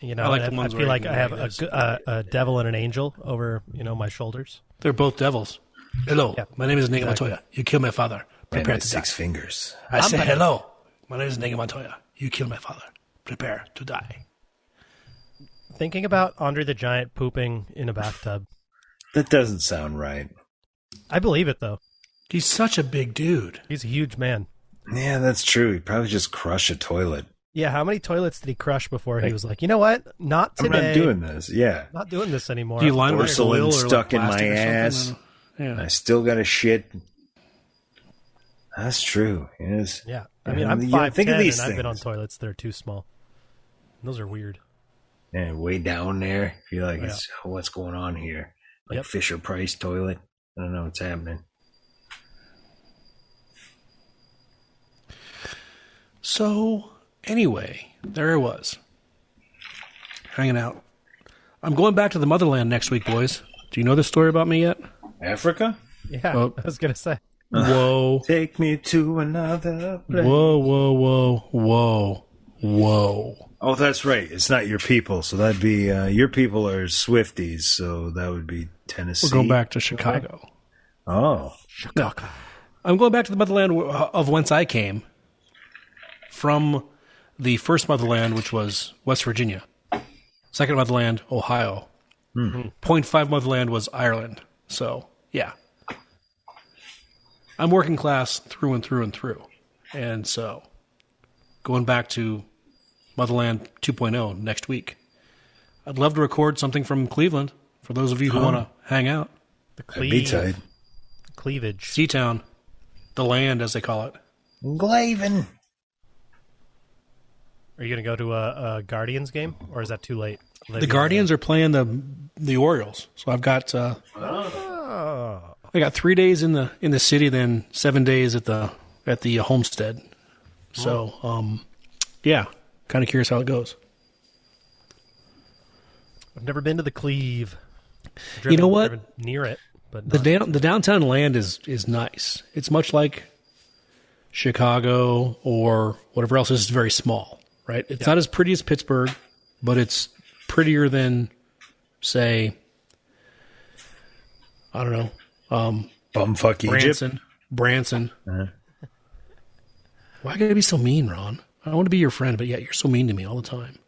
Speaker 3: You know,
Speaker 4: I
Speaker 3: I,
Speaker 4: like
Speaker 3: I,
Speaker 4: the ones
Speaker 3: feel
Speaker 4: where
Speaker 3: like
Speaker 4: you
Speaker 3: I
Speaker 4: know
Speaker 3: have
Speaker 4: it
Speaker 3: a,
Speaker 4: is.
Speaker 3: g- a, a devil and an angel over you know my shoulders.
Speaker 4: They're both devils. Hello, my name is Nigga Montoya. You killed my father.
Speaker 2: And
Speaker 4: Prepare
Speaker 2: my
Speaker 4: to die.
Speaker 2: six fingers.
Speaker 4: I say hello. My name is Nigga Montoya. You killed my father. Prepare to die.
Speaker 3: Thinking about Andre the Giant pooping in a bathtub.
Speaker 2: That doesn't sound right.
Speaker 3: I believe it though.
Speaker 4: He's such a big dude.
Speaker 3: He's a huge man.
Speaker 2: Yeah, that's true. He'd probably just crush a toilet.
Speaker 3: Yeah, how many toilets did he crush before he was like, you know what? Not today.
Speaker 2: I'm not doing this. Yeah.
Speaker 3: Not doing this anymore.
Speaker 4: Do you line with
Speaker 2: Porcelain
Speaker 4: oil or
Speaker 2: stuck in
Speaker 4: like plastic
Speaker 2: my
Speaker 4: or
Speaker 2: ass.
Speaker 4: something?
Speaker 2: I
Speaker 4: Yeah.
Speaker 2: still got a shit. That's true. Yes.
Speaker 3: yeah, I mean,
Speaker 2: Yeah,
Speaker 3: I'm
Speaker 2: you
Speaker 3: five
Speaker 2: think of
Speaker 3: ten, and
Speaker 2: these
Speaker 3: I've been on
Speaker 2: things.
Speaker 3: toilets that are too small. And those are weird.
Speaker 2: And way down there, you're like,
Speaker 3: Yeah.
Speaker 2: it's, what's going on here? Like
Speaker 3: Yep.
Speaker 2: Fisher Price toilet. I don't know what's happening.
Speaker 4: So anyway, there I was, hanging out. I'm going back to the motherland next week, boys. Do you know this story about me yet?
Speaker 2: Africa?
Speaker 3: Yeah,
Speaker 4: Well-
Speaker 3: I was gonna say.
Speaker 4: Whoa.
Speaker 2: Take me to another place.
Speaker 4: Whoa, whoa, whoa, whoa, whoa.
Speaker 2: Oh, that's right. It's not your people, so that'd be uh, your people are Swifties, so that would be Tennessee.
Speaker 4: We're going back to Chicago.
Speaker 2: Oh,
Speaker 4: Chicago. I'm going back to the motherland wh- of whence I came from the first motherland, which was West Virginia. Second motherland, Ohio. Point five motherland was Ireland. So, yeah. I'm working class through and through and through. And so, going back to motherland 2.0 next week. I'd love to record something from Cleveland for those of you who want to hang out.
Speaker 3: The
Speaker 2: that'd be
Speaker 3: cleave,
Speaker 2: tight.
Speaker 3: cleavage.
Speaker 4: Seatown, the land as they call it.
Speaker 2: Glavin.
Speaker 3: Are you gonna go to a, a Guardians game, or is that too late?
Speaker 4: The Guardians are playing the the Orioles, so I've got uh, I got three days in the in the city, then seven days at the at the homestead. So, um, yeah, kind of curious how it goes.
Speaker 3: I've never been to the Cleve.
Speaker 4: You know what?
Speaker 3: driven near it, but
Speaker 4: The
Speaker 3: not-
Speaker 4: down, the downtown land is is nice. It's much like Chicago or whatever else. It's very small, right? It's not as pretty as Pittsburgh, but it's prettier than, say, I don't know, um,
Speaker 2: Bumfuck Egypt. Uh-huh.
Speaker 4: Branson. Branson. Why gotta be so mean, Ron? I want to be your friend, but yet you're so mean to me all the time.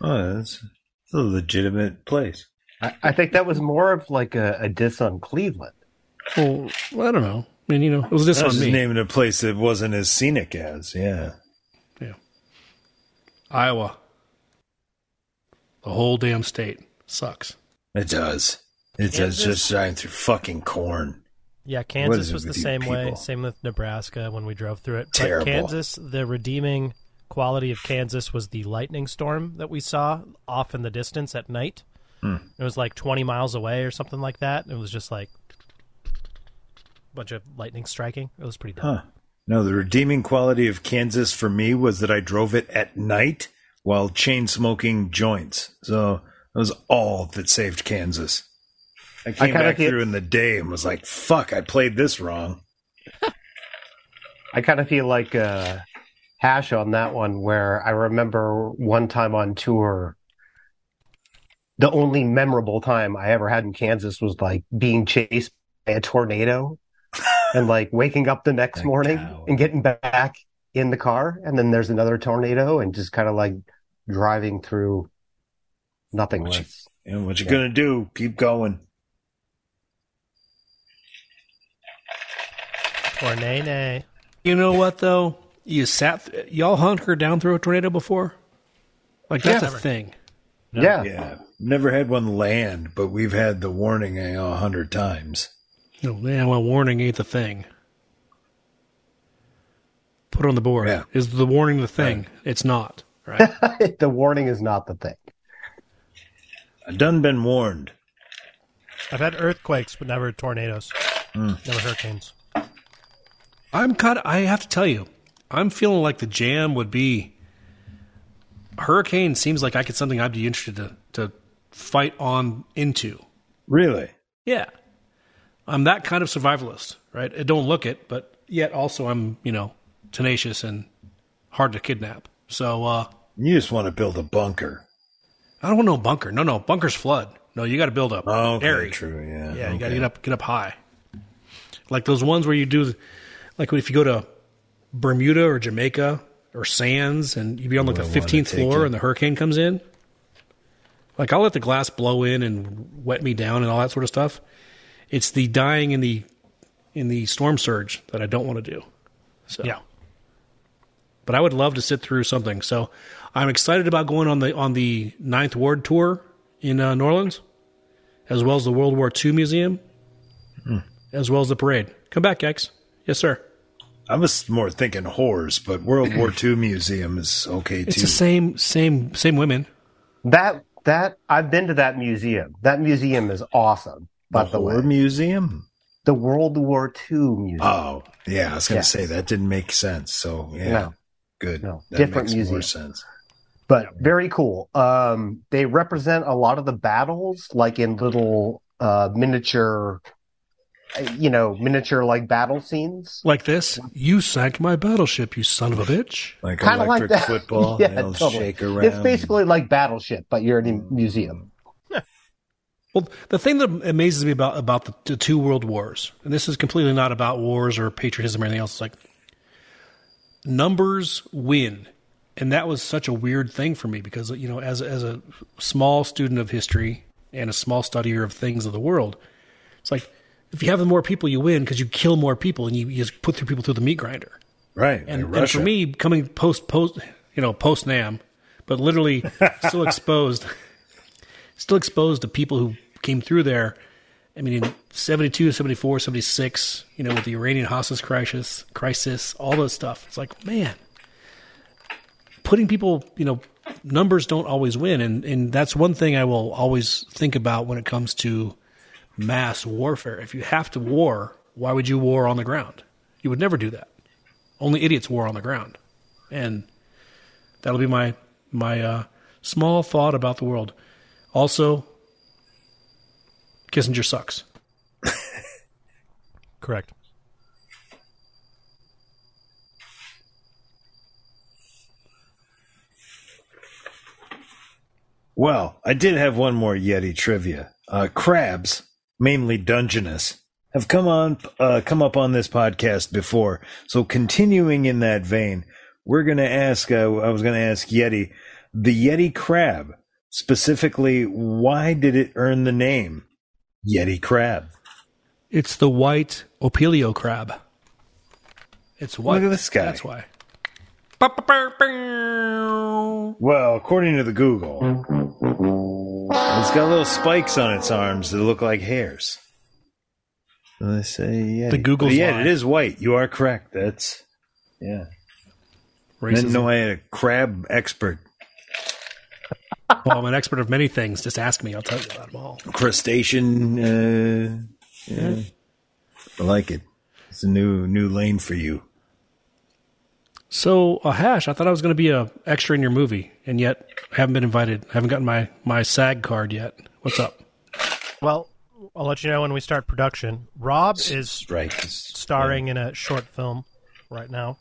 Speaker 2: Oh, that's, that's a legitimate place.
Speaker 5: I, I think that was more of like a, a diss on Cleveland.
Speaker 4: Well, I don't know. I mean, you know, it was this
Speaker 2: That
Speaker 4: on
Speaker 2: was
Speaker 4: me.
Speaker 2: just naming a place that wasn't as scenic as. Yeah.
Speaker 4: Iowa. The whole damn state sucks.
Speaker 2: It does. It does
Speaker 3: Kansas-
Speaker 2: just shine through fucking corn.
Speaker 3: Yeah,
Speaker 2: What is
Speaker 3: Kansas
Speaker 2: it
Speaker 3: was the
Speaker 2: with you
Speaker 3: same way.
Speaker 2: people?
Speaker 3: Same with Nebraska when we drove through it.
Speaker 2: Terrible.
Speaker 3: But Kansas, the redeeming quality of Kansas was the lightning storm that we saw off in the distance at night.
Speaker 2: Hmm.
Speaker 3: It was like 20 miles away or something like that. It was just like a bunch of lightning striking. It was pretty dumb.
Speaker 2: Huh. No, the redeeming quality of Kansas for me was that I drove it at night while chain smoking joints. So that was all that saved Kansas. I came
Speaker 5: kinda
Speaker 2: back
Speaker 5: feel-
Speaker 2: through in the day and was like, fuck, I played this wrong.
Speaker 5: I kind of feel like uh, Hash on that one, where I remember one time on tour, the only memorable time I ever had in Kansas was like being chased by a tornado and like waking up the next
Speaker 2: Like,
Speaker 5: morning
Speaker 2: ow.
Speaker 5: and getting back in the car. And then there's another tornado and just kind of like driving through nothingness.
Speaker 2: And what you gonna do? Keep going.
Speaker 3: Or nay, nay.
Speaker 4: You know what though? You sat. Th- y'all hunkered down through a tornado before? Like that's a thing.
Speaker 5: yeah.
Speaker 2: Yeah. Never had one land, but we've had the warning eh, a hundred times.
Speaker 4: No, man. Well, warning ain't the thing. Put it on the board.
Speaker 2: Yeah.
Speaker 4: Is the warning the thing? It's not. Right.
Speaker 5: the warning is not the thing.
Speaker 2: I've done been warned.
Speaker 3: I've had earthquakes, but never tornadoes.
Speaker 2: Hmm.
Speaker 3: Never hurricanes.
Speaker 4: I'm kind. Of, I have to tell you, I'm feeling like the jam would be. Hurricane seems like I could something I'd be interested to to fight on into.
Speaker 2: Really?
Speaker 4: Yeah. I'm that kind of survivalist, right? I don't look it, but yet also I'm, you know, tenacious and hard to kidnap. So uh,
Speaker 2: You just want to build a bunker.
Speaker 4: I don't want no bunker. No, no, bunkers flood. No, you got to build up.
Speaker 2: Oh, okay,
Speaker 4: Airy.
Speaker 2: true. Yeah.
Speaker 4: Yeah, you got to
Speaker 2: okay.
Speaker 4: get up, get up high. Like those ones where you do, like if you go to Bermuda or Jamaica or Sands, and you be on like the
Speaker 2: I wanna
Speaker 4: fifteenth
Speaker 2: take
Speaker 4: floor,
Speaker 2: it.
Speaker 4: and the hurricane comes in. Like I'll let the glass blow in and wet me down and all that sort of stuff. It's the dying in the in the storm surge that I don't want to do. So
Speaker 3: Yeah.
Speaker 4: but I would love to sit through something. So I'm excited about going on the on the Ninth Ward tour in uh, New Orleans, as well as the World War II Museum, as well as the parade. Come back, Gex. Yes, sir.
Speaker 2: I was more thinking whores, but World War II museum is okay
Speaker 4: It's
Speaker 2: too.
Speaker 4: the same same same women.
Speaker 5: That that I've been to that museum. That museum is awesome. By the, way,
Speaker 2: Whore museum.
Speaker 5: the World War II museum.
Speaker 2: Oh, yeah. I was gonna
Speaker 5: Yeah.
Speaker 2: say that didn't make sense. So yeah,
Speaker 5: No.
Speaker 2: good.
Speaker 5: No.
Speaker 2: That
Speaker 5: Different
Speaker 2: makes
Speaker 5: museum.
Speaker 2: more sense.
Speaker 5: but very cool. Um, they represent a lot of the battles, like in little uh, miniature, uh, you know, miniature like battle scenes.
Speaker 4: Like this. You sank my battleship, you son of a bitch.
Speaker 2: Like
Speaker 5: Kind of like
Speaker 2: electric
Speaker 5: that.
Speaker 2: football.
Speaker 5: yeah,
Speaker 2: they'll
Speaker 5: totally.
Speaker 2: shake around. Mm.
Speaker 5: It's basically like Battleship, but you're in a museum.
Speaker 4: Well, the thing that amazes me about about the, the two world wars, and this is completely not about wars or patriotism or anything else. It's like numbers win, and that was such a weird thing for me because you know, as as a small student of history and a small studier of things of the world, it's like if you have the more people, you win because you kill more people and you, you just put through people through the meat grinder
Speaker 2: right. like
Speaker 4: and, and
Speaker 2: Russia.
Speaker 4: for me coming post post you know post nam but literally still exposed still exposed to people who came through there i mean in 72 74 76 you know with the iranian hostage crisis crisis all those stuff it's like man putting people you know numbers don't always win and and that's one thing i will always think about when it comes to mass warfare if you have to war why would you war on the ground you would never do that only idiots war on the ground and that'll be my my uh, small thought about the world also kissinger sucks
Speaker 3: Correct.
Speaker 2: Well, I did have one more Yeti trivia. Uh, crabs, mainly Dungeness, have come on uh, come up on this podcast before. So continuing in that vein, we're going to ask. Uh, I was going to ask Yeti, the Yeti crab Specifically, why did it earn the name Yeti crab?
Speaker 4: It's the white Opelio crab. It's white.
Speaker 2: Look at this guy.
Speaker 4: That's why.
Speaker 2: Well, according to the Google, it's got little spikes on its arms that look like hairs. So they say Yeti.
Speaker 4: The Google's
Speaker 2: But yeah,
Speaker 4: lie.
Speaker 2: it is white. You are correct. That's yeah. I
Speaker 4: Racism.
Speaker 2: didn't know I had a crab expert,
Speaker 4: Well, I'm an expert of many things. Just ask me. I'll tell you about them all.
Speaker 2: crustacean. Uh, yeah. I like it. It's a new new lane for you.
Speaker 4: So, a hash. I thought I was going to be a extra in your movie, and yet I haven't been invited. I haven't gotten my my SAG card yet. What's up?
Speaker 3: Well, I'll let you know when we start production. Rob is
Speaker 2: Right.
Speaker 3: starring in a short film right now.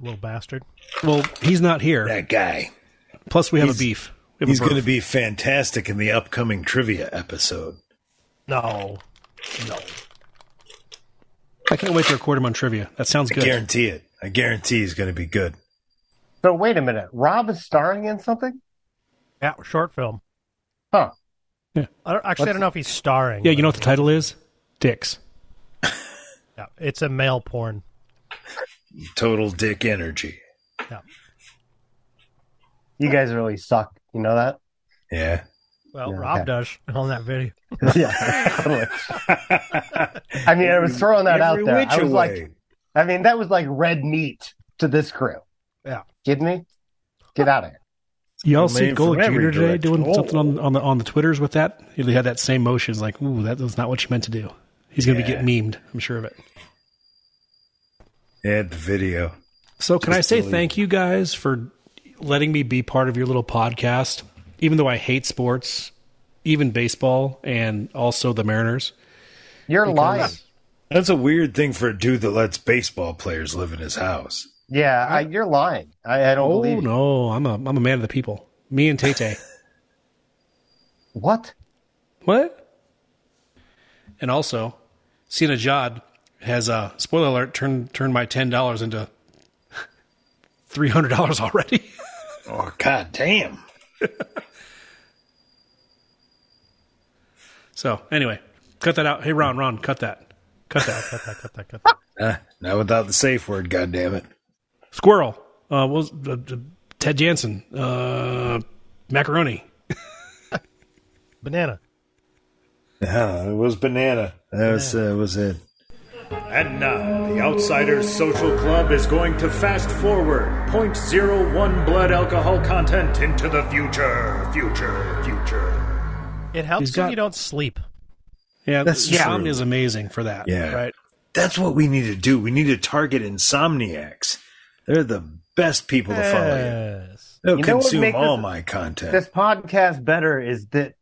Speaker 3: Little bastard.
Speaker 4: Well, he's not here.
Speaker 2: That guy.
Speaker 4: Plus, we have a
Speaker 2: He's-
Speaker 4: beef. We have
Speaker 2: He's
Speaker 4: a
Speaker 2: going to be fantastic in the upcoming trivia episode.
Speaker 3: No. No.
Speaker 4: I can't wait to record him on trivia. That sounds
Speaker 2: I
Speaker 4: good.
Speaker 2: guarantee it. I guarantee he's going to be good.
Speaker 5: So wait a minute. Rob is starring in something?
Speaker 3: Yeah, short film.
Speaker 5: Huh.
Speaker 3: I don't, actually, I don't know if he's starring.
Speaker 4: Yeah, you know what
Speaker 3: but-
Speaker 4: the title is? Dicks.
Speaker 3: Yeah, it's a male porn.
Speaker 2: Total dick energy.
Speaker 5: You guys really suck. You know that?
Speaker 2: Yeah.
Speaker 3: Well,
Speaker 5: Yeah,
Speaker 3: Rob
Speaker 5: okay.
Speaker 3: does on that video.
Speaker 5: yeah. totally. I mean, I was throwing that out
Speaker 2: Every
Speaker 5: there.
Speaker 2: which
Speaker 5: I was like,
Speaker 2: way.
Speaker 5: I mean, that was like red meat to this crew.
Speaker 3: Yeah.
Speaker 5: Kidding me? Get out of here.
Speaker 4: Y'all
Speaker 2: Well,
Speaker 4: see
Speaker 2: man,
Speaker 4: Golick
Speaker 2: from every
Speaker 4: Jr. today
Speaker 2: direction.
Speaker 4: doing
Speaker 2: Oh.
Speaker 4: something on, on the on the twitters with that? He had that same motion. It's like, ooh, that was not what you meant to do. He's gonna be
Speaker 2: Yeah.
Speaker 4: getting memed. I'm sure of it.
Speaker 2: add the video.
Speaker 4: So can I
Speaker 2: Just
Speaker 4: say
Speaker 2: delete.
Speaker 4: thank you guys for letting me be part of your little podcast? Even though I hate sports, even baseball, and also the Mariners.
Speaker 5: You're lying.
Speaker 4: Because-
Speaker 2: That's a weird thing for a dude that lets baseball players live in his house.
Speaker 5: Yeah, I, you're lying. I, I don't
Speaker 4: Oh
Speaker 5: believe you.
Speaker 4: no, I'm a I'm a man of the people. Me and Tay
Speaker 5: What?
Speaker 4: What? And also, Sina Jod has uh spoiler alert turned turned my ten dollars into three hundred dollars already.
Speaker 2: Oh, god damn.
Speaker 4: so anyway, cut that out. Hey Ron, Ron, cut that. Cut that.
Speaker 3: Cut that, cut that, cut that.
Speaker 2: Uh, not without the safe word, god damn it.
Speaker 4: Squirrel. Uh, what was uh, uh, Ted Jansen? Uh, macaroni.
Speaker 3: Banana.
Speaker 2: Yeah, it was banana. That was, uh, was it.
Speaker 7: And now, the Outsiders Social Club is going to fast forward 0.01 blood alcohol content into the future, future, future.
Speaker 3: It helps
Speaker 4: He's
Speaker 3: when
Speaker 4: got-
Speaker 3: you don't sleep.
Speaker 4: Yeah,
Speaker 2: That's
Speaker 4: yeah.
Speaker 2: true.
Speaker 4: is amazing for that.
Speaker 2: Yeah.
Speaker 4: right.
Speaker 2: That's what we need to do. We need to target insomniacs. They're the best people to follow.
Speaker 3: Yes.
Speaker 2: They'll
Speaker 5: You know what
Speaker 2: consume
Speaker 5: make
Speaker 2: all
Speaker 5: this-
Speaker 2: my content.
Speaker 5: This podcast better is that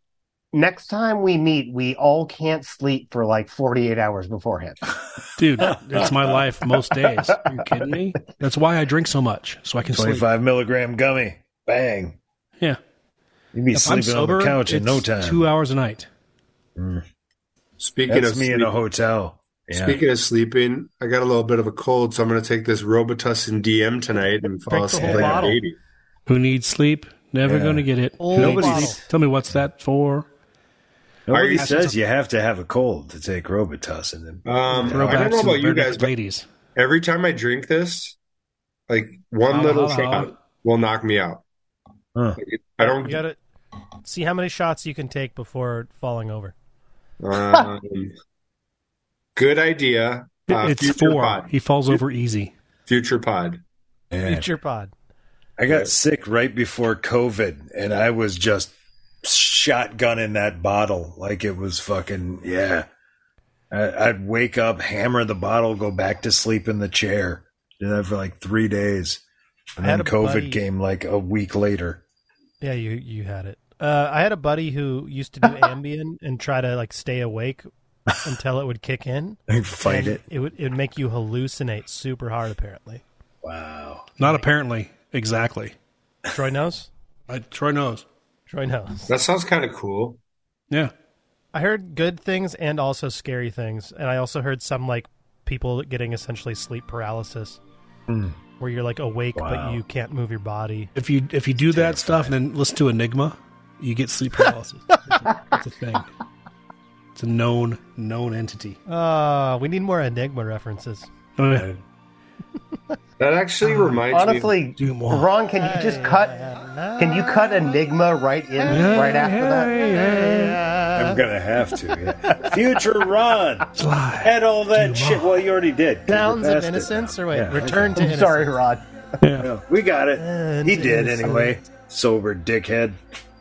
Speaker 5: next time we meet, we all can't sleep for like 48 hours beforehand.
Speaker 4: Dude, it's my life most days. Are you kidding me? That's why I drink so much, so I can sleep.
Speaker 2: 25 milligram gummy. Bang.
Speaker 4: Yeah.
Speaker 2: You'd be
Speaker 4: If
Speaker 2: sleeping
Speaker 4: I'm sober,
Speaker 2: on the couch in
Speaker 4: it's
Speaker 2: no time.
Speaker 4: two hours a night.
Speaker 1: Speaking
Speaker 2: That's
Speaker 1: of
Speaker 2: me
Speaker 1: sleep,
Speaker 2: in a hotel. Yeah.
Speaker 1: speaking of sleeping, I got a little bit of a cold, so I'm going to take this Robitussin DM tonight and fall
Speaker 3: Drink the
Speaker 1: asleep
Speaker 3: whole
Speaker 1: like a
Speaker 3: bottle.
Speaker 1: baby.
Speaker 4: Who needs sleep? Never
Speaker 2: Yeah.
Speaker 4: going to get it.
Speaker 3: Old
Speaker 4: Who needs
Speaker 3: bottle.
Speaker 4: sleep? Tell me what's that for?
Speaker 2: Nobody
Speaker 1: you-
Speaker 2: says you have to have a cold to take Robitussin. And
Speaker 1: Um, I don't
Speaker 4: Throwback to
Speaker 1: know about
Speaker 4: the
Speaker 1: you
Speaker 4: Bare-Naked
Speaker 1: guys, but
Speaker 4: ladies.
Speaker 1: every time I drink this, like one
Speaker 4: Ah,
Speaker 1: little
Speaker 4: ah,
Speaker 1: shot
Speaker 4: ah.
Speaker 1: will knock me out.
Speaker 2: Huh.
Speaker 1: Like, I don't.
Speaker 3: You gotta see how many shots you can take before falling over.
Speaker 1: Um, good idea. Uh,
Speaker 4: it's
Speaker 1: future
Speaker 4: four.
Speaker 1: pod.
Speaker 4: He falls over easy.
Speaker 1: Future pod.
Speaker 2: Yeah.
Speaker 3: Future pod.
Speaker 2: I got sick right before COVID, and I was just shotgunning that bottle like it was fucking yeah. I, I'd wake up, hammer the bottle, go back to sleep in the chair. Did that for like three days, and
Speaker 3: I had
Speaker 2: then
Speaker 3: a
Speaker 2: COVID
Speaker 3: buddy-
Speaker 2: came like a week later.
Speaker 3: Yeah, you you had it. Uh, I had a buddy who used to do Ambien and try to like stay awake until it would kick in.
Speaker 2: I fight
Speaker 3: and
Speaker 2: it.
Speaker 3: It would it would make you hallucinate super hard. Apparently,
Speaker 2: Wow.
Speaker 4: Not apparently. Exactly.
Speaker 3: Troy knows.
Speaker 4: I, Troy knows.
Speaker 3: Troy knows.
Speaker 1: That sounds kind of cool.
Speaker 4: Yeah.
Speaker 3: I heard good things and also scary
Speaker 5: Hmm.
Speaker 3: things, and I also heard some like people getting essentially sleep paralysis where you're like awake but
Speaker 2: Wow.
Speaker 3: you can't move your body.
Speaker 4: If you if you do that stuff and then listen to Enigma, you get sleep paralysis. it's a thing. It's a known known entity.
Speaker 3: Uh, we need more Enigma references.
Speaker 4: Do
Speaker 1: That actually reminds me.
Speaker 5: Honestly,
Speaker 4: more.
Speaker 5: Ron, can you just cut? Can you cut Enigma right in right after that?
Speaker 2: I'm gonna have to. yeah. Future Ron, add all that shit. Well, you already did. 'cause
Speaker 3: Downs
Speaker 2: we're
Speaker 3: of
Speaker 2: past it
Speaker 3: Innocence,
Speaker 2: now.
Speaker 3: or wait,
Speaker 2: Yeah.
Speaker 3: Return to
Speaker 5: I'm
Speaker 3: Innocence.
Speaker 5: sorry, Ron.
Speaker 2: Yeah, we got it.
Speaker 3: And
Speaker 2: He did
Speaker 3: innocent.
Speaker 2: anyway. Sober dickhead.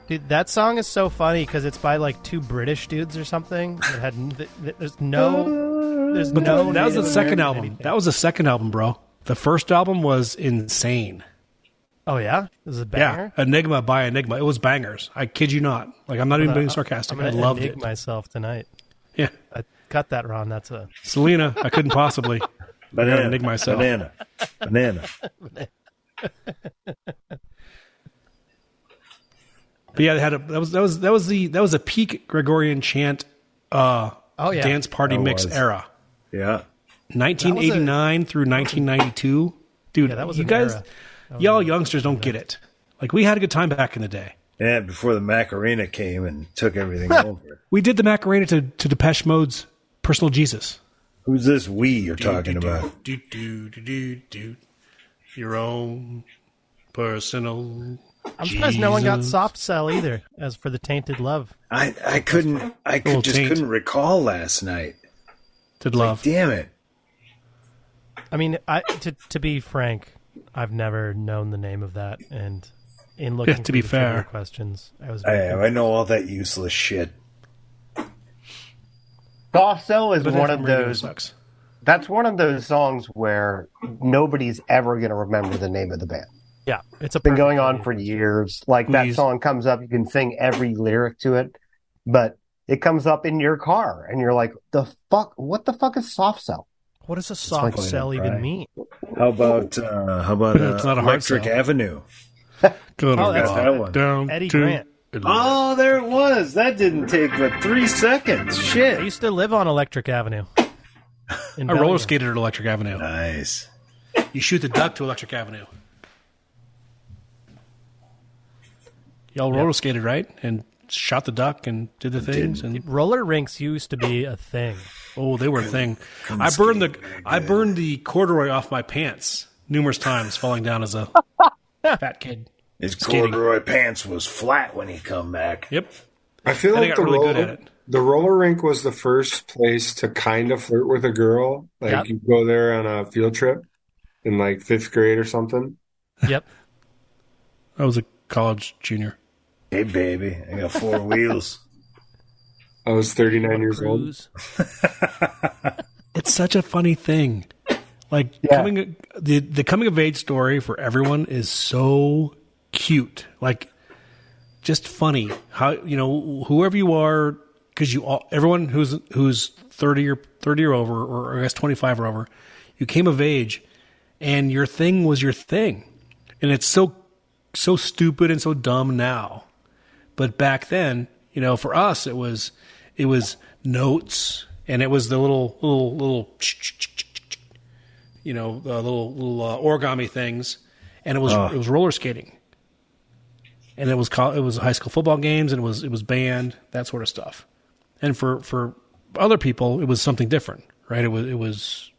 Speaker 3: Dude, that song is so funny because it's by like two British dudes or something. It had n- th- th- there's no, there's
Speaker 4: But
Speaker 3: no.
Speaker 4: that, that was the
Speaker 3: Native
Speaker 4: second
Speaker 3: American
Speaker 4: album.
Speaker 3: anything.
Speaker 4: That was the second album, bro. The first album was insane.
Speaker 3: oh yeah, this is a
Speaker 4: Yeah,
Speaker 3: banger.
Speaker 4: Enigma by Enigma. It was bangers. I kid you not. Like I'm not even being sarcastic.
Speaker 3: Uh, I'm
Speaker 4: I
Speaker 3: gonna
Speaker 4: loved
Speaker 3: enig
Speaker 4: it.
Speaker 3: myself tonight.
Speaker 4: Yeah,
Speaker 3: I cut that, Ron. That's a
Speaker 4: Selena. I couldn't possibly.
Speaker 2: Banana.
Speaker 4: Enigma myself.
Speaker 2: Banana. Banana.
Speaker 4: But yeah, they had a that was that was that was the that was a peak Gregorian chant. Uh,
Speaker 3: Oh, yeah.
Speaker 4: dance party
Speaker 2: That
Speaker 4: mix
Speaker 2: was.
Speaker 4: era.
Speaker 2: Yeah.
Speaker 4: 1989 through 1992. Dude,
Speaker 3: Yeah, that was
Speaker 4: you
Speaker 3: an
Speaker 4: guys,
Speaker 3: era.
Speaker 4: y'all youngsters don't get it. Like we had a good time back in the day.
Speaker 2: Yeah, before the Macarena came and took everything over.
Speaker 4: We did the Macarena to, to Depeche Mode's "Personal Jesus."
Speaker 2: Who's this we you're talking about?
Speaker 4: Do do do do do. Your own personal.
Speaker 3: I'm surprised no one got
Speaker 4: Jesus.
Speaker 3: soft sell either. As for the tainted love,
Speaker 2: I, I couldn't I
Speaker 4: Little
Speaker 2: could, just
Speaker 4: taint.
Speaker 2: couldn't recall last night.
Speaker 4: Did love?
Speaker 2: Damn it.
Speaker 3: I mean, I to to be frank, I've never known the name of that. And in looking
Speaker 4: to
Speaker 3: through
Speaker 4: be
Speaker 3: the trivia
Speaker 4: fair.
Speaker 3: questions, I was
Speaker 2: I I know all that useless shit.
Speaker 5: Soft Cell is one of
Speaker 4: FM radio
Speaker 5: those.
Speaker 4: sucks.
Speaker 5: That's one of those songs where nobody's ever going to remember the name of the band.
Speaker 3: yeah, it's a
Speaker 5: Been going on for years. Like that
Speaker 4: Please.
Speaker 5: song comes up, you can sing every lyric to it, but it comes up in your car, and you're like, "The fuck? What the fuck is Soft Cell?"
Speaker 3: What does a soft
Speaker 2: like-
Speaker 3: sell even mean?
Speaker 2: How about uh how about uh,
Speaker 4: It's not a hard
Speaker 2: Electric
Speaker 4: sell.
Speaker 2: Avenue?
Speaker 4: Good
Speaker 3: Oh, that's
Speaker 2: that one.
Speaker 4: Down
Speaker 3: Eddie
Speaker 4: to-
Speaker 3: Grant.
Speaker 2: Oh, there it was. That didn't take but three seconds.
Speaker 3: I
Speaker 2: Shit.
Speaker 3: used to live on Electric Avenue. In
Speaker 4: I roller
Speaker 3: Bellingham.
Speaker 4: skated at Electric Avenue.
Speaker 2: Nice.
Speaker 4: You shoot the duck to Electric Avenue. Y'all roller skated right and shot the duck and did the things and
Speaker 3: Roller rinks used to be a thing.
Speaker 4: oh they were a thing. I burned the I burned the corduroy off my pants numerous times falling down as a fat kid.
Speaker 2: His
Speaker 4: Skating.
Speaker 2: corduroy pants was flat when he come back.
Speaker 4: Yep.
Speaker 1: I feel
Speaker 4: And I
Speaker 1: like the
Speaker 4: got really good
Speaker 1: roller-
Speaker 4: at it.
Speaker 1: The roller rink was the first place to kind of flirt with a girl. Like
Speaker 3: Yep.
Speaker 1: you go there on a field trip in like fifth grade or something.
Speaker 3: Yep.
Speaker 4: I was a college junior.
Speaker 2: Hey baby, I got four wheels.
Speaker 1: I was 39 years old.
Speaker 3: Cruise.
Speaker 4: It's such a funny thing. Like coming the the coming of age story for everyone is so cute. Like just funny how you know whoever you are because you all everyone who's who's 30 or 30 or over or I guess 25 or over you came of age and your thing was your thing. And it's so so stupid and so dumb now. But back then, you know, for us it was it was notes and it was the little little little you know, uh, little little uh, origami things and it was it was roller skating. And it was col- it was high school football games and it was it was band, that sort of stuff. And for for other people it was something different, right? It was it was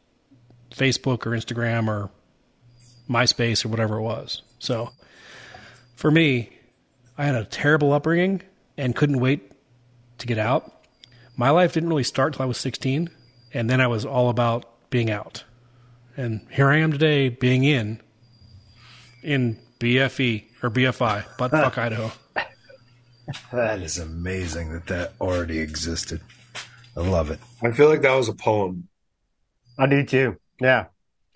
Speaker 4: Facebook or Instagram or MySpace or whatever it was. So for me, I had a terrible upbringing and couldn't wait to get out. My life didn't really start till I was 16, and then I was all about being out. And here I am today being in in BFE or BFI, but fuck Idaho.
Speaker 2: That is amazing that that already existed. I love it.
Speaker 1: I feel like that was a poem.
Speaker 5: I do too. Yeah.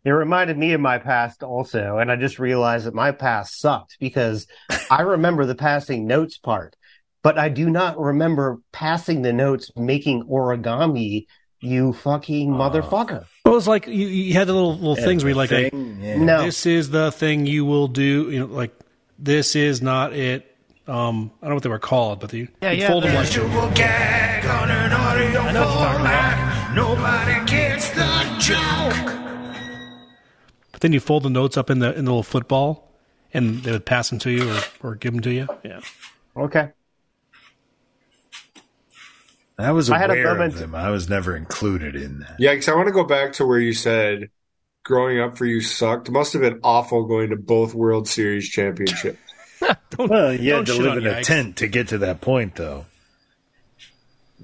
Speaker 5: It reminded me of my past also. And I just realized that my past sucked because I remember the passing notes part, but I do not remember passing the notes making origami, you fucking motherfucker.
Speaker 4: It was like you, you had the little little things where you like, like
Speaker 2: Thing, yeah.
Speaker 5: No.
Speaker 4: this is the thing you will do. You know, like this is not it. Um, I don't know what they were called, but the
Speaker 3: Yeah,
Speaker 4: you
Speaker 3: yeah,
Speaker 4: fold them
Speaker 3: the-
Speaker 4: like
Speaker 7: Visual gag on an audio
Speaker 3: I know what you're talking about.
Speaker 7: format. Nobody gets the joke.
Speaker 4: But then you fold the notes up in the in the little football, and they would pass them to you or, or give them to you. Yeah.
Speaker 5: Okay.
Speaker 2: I was
Speaker 5: I had a
Speaker 2: aware of
Speaker 5: moment-
Speaker 2: them. I was never included in that.
Speaker 1: Yeah, because I want to go back to where you said growing up for you sucked. Must have been awful going to both World Series championships.
Speaker 2: Well, you had
Speaker 4: Don't
Speaker 2: to
Speaker 4: shit
Speaker 2: live
Speaker 4: on
Speaker 2: in
Speaker 4: yikes.
Speaker 2: a tent to get to that point, though.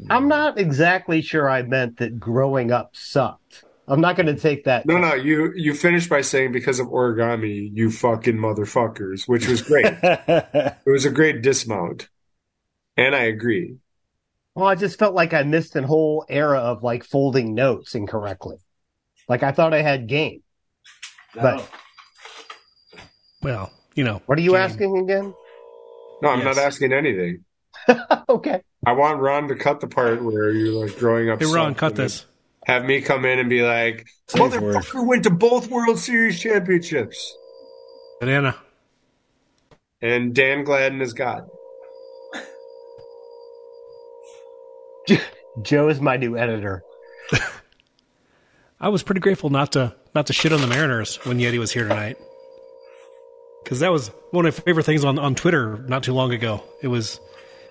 Speaker 5: I'm not exactly sure I meant that growing up sucked. I'm not going to take that.
Speaker 1: No, no, you you finished by saying because of origami, you fucking motherfuckers, which was great. it was a great dismount, and I agree.
Speaker 5: Well, I just felt like I missed a whole era of like folding notes incorrectly. Like I thought I had game. But
Speaker 4: Well, you know.
Speaker 5: what are you
Speaker 4: game.
Speaker 5: asking again?
Speaker 1: No, I'm
Speaker 4: Yes.
Speaker 1: not asking anything.
Speaker 5: okay.
Speaker 1: I want Ron to cut the part where you're like growing up.
Speaker 4: Hey, Ron,
Speaker 1: sucked
Speaker 4: cut
Speaker 1: and then
Speaker 4: this.
Speaker 1: Have me come in and be like,
Speaker 2: Safe word.
Speaker 1: motherfucker went to both World Series championships,
Speaker 4: Banana.
Speaker 1: and Dan Gladden is God.
Speaker 5: Joe is my new editor.
Speaker 4: I was pretty grateful not to not to shit on the Mariners when Yeti was here tonight, because that was one of my favorite things on, on Twitter not too long ago. It was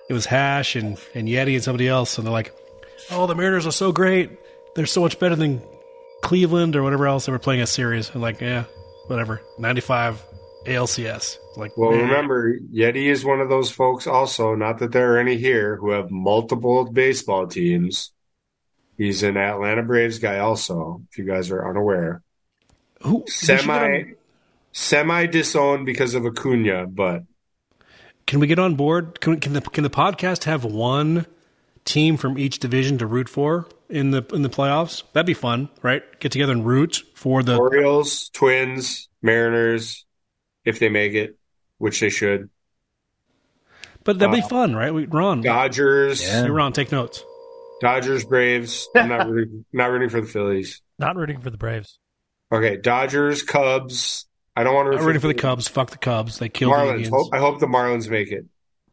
Speaker 4: it was Hash and and Yeti and somebody else, and they're like, "Oh, the Mariners are so great. They're so much better than Cleveland or whatever else they were playing a series." And like, yeah, whatever. Ninety five ALCS. Like,
Speaker 1: Well,
Speaker 4: meh.
Speaker 1: remember, Yeti is one of those folks also, not that there are any here, who have multiple baseball teams. He's an Atlanta Braves guy also, if you guys are unaware.
Speaker 4: who we should get on-
Speaker 1: Semi semi disowned because of Acuna, but
Speaker 4: Can we get on board? Can, can the can the podcast have one team from each division to root for in the in the playoffs? That'd be fun, right? Get together and root for the
Speaker 1: Orioles, Twins, Mariners, if they make it, which they should.
Speaker 4: But that'd be fun, right? We, Ron,
Speaker 1: Dodgers,
Speaker 4: Hey, Ron, take notes.
Speaker 1: Dodgers, Braves. I'm not rooting, not rooting for the Phillies.
Speaker 3: Not rooting for the Braves.
Speaker 1: Okay, Dodgers, Cubs. I don't want to root
Speaker 4: I'm rooting for the Cubs. Fuck the Cubs. They killed the
Speaker 1: Marlins.
Speaker 4: Indians.
Speaker 1: Hope- I hope the Marlins make it.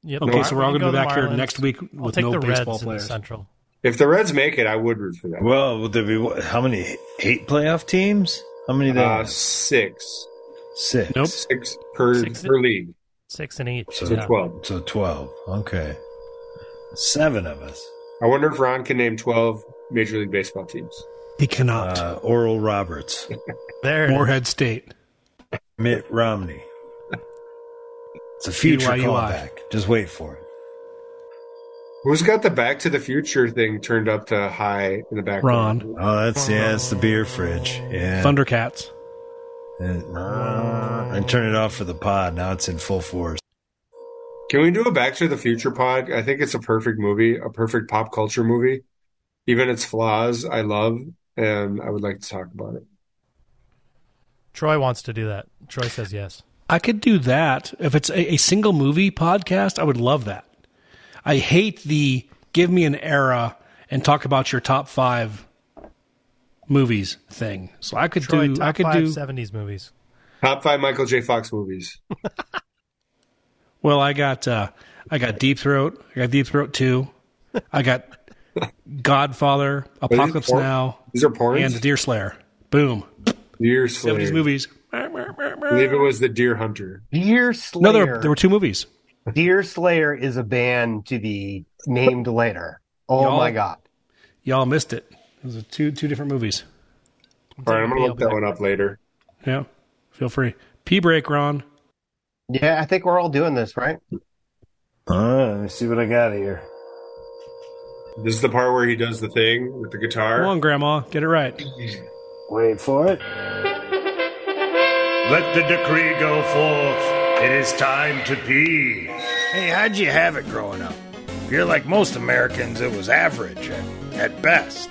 Speaker 3: Yep.
Speaker 4: Okay, so we're all
Speaker 3: I'll
Speaker 4: going to be
Speaker 3: the
Speaker 4: back here
Speaker 3: Marlins.
Speaker 4: next week
Speaker 3: I'll
Speaker 4: with
Speaker 3: take
Speaker 4: no
Speaker 3: the
Speaker 4: baseball
Speaker 3: Reds in the
Speaker 4: players.
Speaker 3: Central.
Speaker 1: If the Reds make it, I would root for them.
Speaker 2: Well, would there be what, how many? Eight playoff teams? How many? They
Speaker 1: Uh,
Speaker 2: have?
Speaker 1: six,
Speaker 2: Six.
Speaker 4: Nope.
Speaker 1: six per
Speaker 3: Six?
Speaker 1: per league,
Speaker 3: Six and each.
Speaker 1: so
Speaker 3: yeah.
Speaker 1: twelve.
Speaker 2: So twelve. Okay. Seven of us.
Speaker 1: I wonder if Ron can name twelve Major League Baseball teams.
Speaker 4: He cannot.
Speaker 2: Uh, Oral Roberts,
Speaker 3: There. it is.
Speaker 4: Moorhead State.
Speaker 2: Mitt Romney. It's a future
Speaker 4: BYUI.
Speaker 2: callback. Just wait for it.
Speaker 1: Who's got the Back to the Future thing turned up to high in the background?
Speaker 4: Ron.
Speaker 2: Oh, that's yeah. It's the beer fridge. Yeah.
Speaker 4: Thundercats.
Speaker 2: Uh, I turned it off for the pod. Now it's in full force.
Speaker 1: Can we do a Back to the Future pod? I think it's a perfect movie, a perfect pop culture movie. Even its flaws, I love, and I would like to talk about it.
Speaker 3: Troy wants to do that. Troy says yes.
Speaker 4: I could do that if it's a, a single movie podcast. I would love that. I hate the give me an era and talk about your top five movies thing. So I could
Speaker 3: Troy,
Speaker 4: do.
Speaker 3: top
Speaker 4: I could
Speaker 3: five
Speaker 4: do.
Speaker 3: 70s movies.
Speaker 1: Top five Michael J. Fox movies.
Speaker 4: Well, I got uh, I got Deep Throat. I got Deep Throat Two. I got Godfather,
Speaker 1: these
Speaker 4: Apocalypse
Speaker 1: porn-
Speaker 4: Now,
Speaker 1: These are porns.
Speaker 4: and The Deer Slayer. Boom.
Speaker 1: Years
Speaker 4: Seventies
Speaker 1: later.
Speaker 4: movies.
Speaker 1: I believe it was The Deer Hunter.
Speaker 5: Deer Slayer.
Speaker 4: No, there were, there were two movies.
Speaker 5: Deer Slayer is a band to be named later. Oh
Speaker 4: Y'all-
Speaker 5: my god.
Speaker 4: Y'all missed it. It was two two different movies.
Speaker 1: All right, I'm gonna look that one up later.
Speaker 4: Yeah. Feel free. P break, Ron.
Speaker 5: Yeah, I think we're all doing this, right?
Speaker 2: Uh, let me see what I got here.
Speaker 1: This is the part where he does the thing with the guitar.
Speaker 4: Come on, Grandma. Get it right.
Speaker 2: Wait for it.
Speaker 7: Let the decree go forth. It is time to pee.
Speaker 8: Hey, how'd you have it growing up? You're like most Americans, it was average at, at best.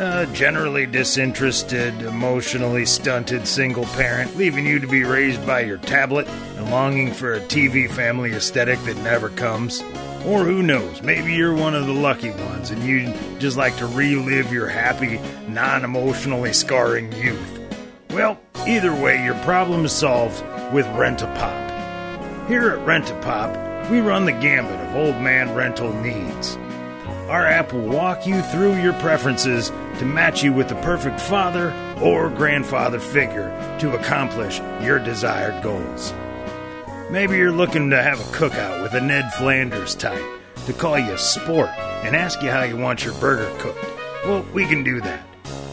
Speaker 8: Uh, generally disinterested, emotionally stunted single parent, leaving you to be raised by your tablet and longing for a TV family aesthetic that never comes. Or who knows, maybe you're one of the lucky ones and you just like to relive your happy, non emotionally scarring youth. Well, either way, your problem is solved with Rent a Pop. Here at Rent a Pop, we run the gambit of old man rental needs. Our app will walk you through your preferences to match you with the perfect father or grandfather figure to accomplish your desired goals. Maybe you're looking to have a cookout with a Ned Flanders type to call you sport and ask you how you want your burger cooked. Well, we can do that.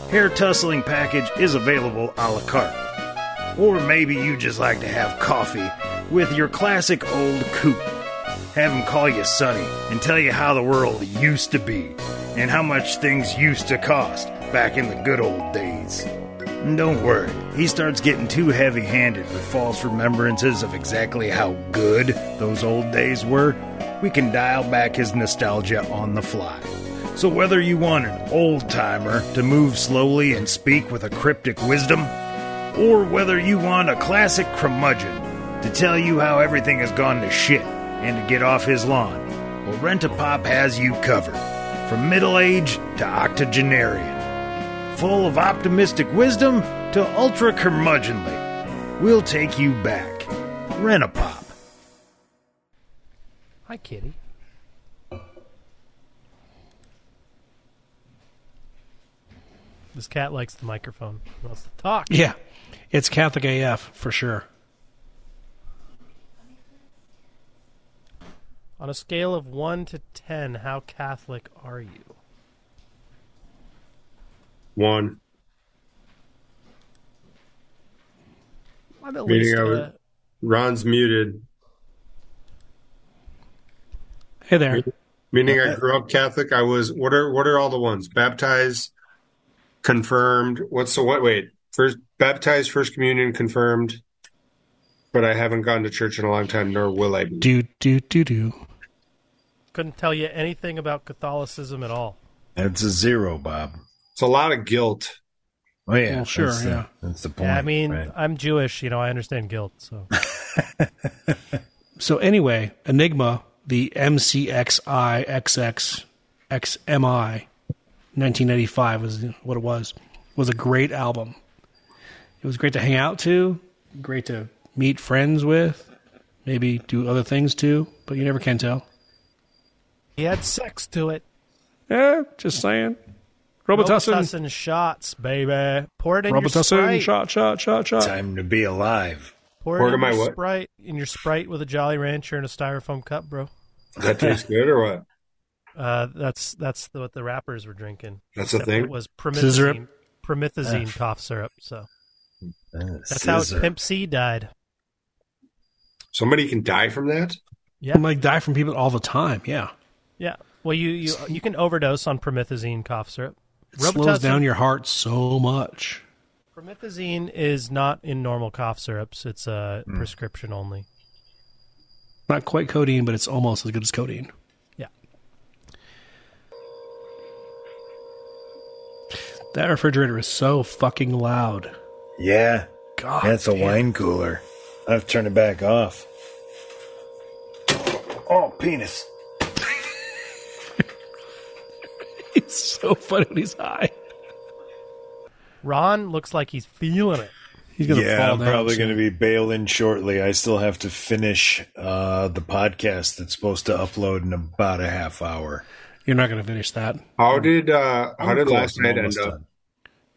Speaker 8: Hair tussling package is available a la carte. Or maybe you just like to have coffee with your classic old coot. Have him call you Sonny and tell you how the world used to be and how much things used to cost back in the good old days. And Don't worry, he starts getting too heavy handed with false remembrances of exactly how good those old days were. We can dial back his nostalgia on the fly. So, whether you want an old timer to move slowly and speak with a cryptic wisdom, or whether you want a classic curmudgeon to tell you how everything has gone to shit and to get off his lawn, well, Rent a Pop has you covered. From middle age to octogenarian full of optimistic wisdom to ultra curmudgeonly. We'll take you back. Rent a pop.
Speaker 3: Hi, kitty. This cat likes the microphone. He wants to talk.
Speaker 4: Yeah, it's Catholic AF for sure.
Speaker 3: On a scale of 1 to 10, how Catholic are you?
Speaker 1: One.
Speaker 3: I'm at
Speaker 1: Meaning
Speaker 3: least
Speaker 1: I would-
Speaker 3: uh,
Speaker 1: Ron's muted.
Speaker 4: Hey there.
Speaker 1: Meaning I grew up Catholic. I was what are what are all the ones? Baptized, confirmed. What's the what wait? First baptized, first communion, confirmed. But I haven't gone to church in a long time, nor will I be.
Speaker 4: Do do do do.
Speaker 3: couldn't tell you anything about Catholicism at all.
Speaker 2: It's a zero, Bob.
Speaker 1: It's a lot of guilt.
Speaker 2: Oh yeah,
Speaker 4: Well, sure,
Speaker 2: that's the-
Speaker 4: yeah.
Speaker 2: that's the point.
Speaker 3: Yeah, I mean,
Speaker 2: right?
Speaker 3: I'm Jewish, you know, I understand guilt, so
Speaker 4: So anyway, Enigma, the MCXIXX XMI, 1995 was what it was. Was a great album. It was great to hang out to, great to meet friends with, maybe do other things too, but you never can tell.
Speaker 3: he had sex to it.
Speaker 4: Yeah, just saying. Robitussin,
Speaker 3: Robitussin shots, baby. Pour it in your
Speaker 4: Robitussin,
Speaker 3: Sprite.
Speaker 4: shot, shot, shot, shot.
Speaker 2: time to be alive.
Speaker 3: Pour,
Speaker 1: Pour
Speaker 3: it
Speaker 1: it
Speaker 3: in
Speaker 1: in my
Speaker 3: your
Speaker 1: what?
Speaker 3: Sprite in your Sprite with a Jolly Rancher and a styrofoam cup, bro.
Speaker 1: Does that taste good or what?
Speaker 3: Uh, that's that's the, what the rappers were drinking.
Speaker 1: That's a
Speaker 3: Except It
Speaker 1: thing.
Speaker 3: was
Speaker 4: Syrup.
Speaker 3: promethazine, promethazine cough syrup.
Speaker 2: Uh,
Speaker 3: So that's
Speaker 2: scissor.
Speaker 3: how Pimp C died.
Speaker 1: Somebody can die from that?
Speaker 4: I'm like die from people all the time. Yeah,
Speaker 3: Yeah. Well, you you you can overdose on promethazine cough syrup.
Speaker 4: it slows down your heart so much.
Speaker 3: promethazine is not in normal cough syrups. It's a
Speaker 4: Hmm.
Speaker 3: uh, prescription only.
Speaker 4: Not quite codeine, but it's almost as good as codeine.
Speaker 3: Yeah.
Speaker 4: That refrigerator is so fucking loud.
Speaker 2: Yeah,
Speaker 4: God,
Speaker 2: that's a
Speaker 4: damn.
Speaker 2: wine cooler. I've turned it back off. Oh, penis.
Speaker 4: It's so funny when he's high.
Speaker 3: Ron looks like he's feeling it.
Speaker 4: He's gonna
Speaker 2: yeah,
Speaker 4: fall
Speaker 2: I'm
Speaker 4: down.
Speaker 2: probably
Speaker 4: soon.
Speaker 2: going to be bailing shortly. I still have to finish uh, the podcast that's supposed to upload in about a half hour.
Speaker 4: You're not gonna finish that.
Speaker 1: How did uh how
Speaker 2: I'm
Speaker 1: did
Speaker 2: close.
Speaker 1: last
Speaker 2: I'm
Speaker 1: night end
Speaker 2: almost
Speaker 1: up?
Speaker 2: done.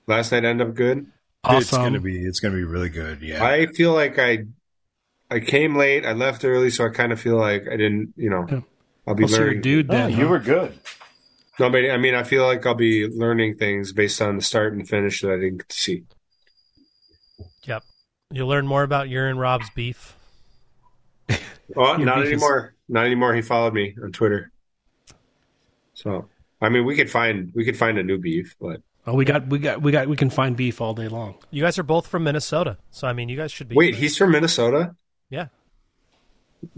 Speaker 1: Last night end up good?
Speaker 2: It's
Speaker 4: Awesome.
Speaker 2: going to be. It's going to be really good. Yeah.
Speaker 1: I feel like I I came late, I left early, so I kind of feel like I didn't, you know.
Speaker 4: Yeah.
Speaker 1: I'll be
Speaker 4: Well, so
Speaker 1: learning.
Speaker 4: you're a
Speaker 2: Oh,
Speaker 4: dude then. huh?
Speaker 2: good.
Speaker 1: No, but I mean, I feel like I'll be learning things based on the start and finish that I didn't get to see.
Speaker 3: Yep. You'll learn more about your and Rob's beef.
Speaker 1: Oh, not
Speaker 4: beef is-
Speaker 1: anymore. Not anymore. He followed me on Twitter. So, I mean, we could find we could find a new beef, but
Speaker 4: Oh, we got, we got, we got. We can find beef all day long.
Speaker 3: You guys are both from Minnesota, so I mean, you guys should be.
Speaker 1: wait, he's from Minnesota.
Speaker 3: yeah.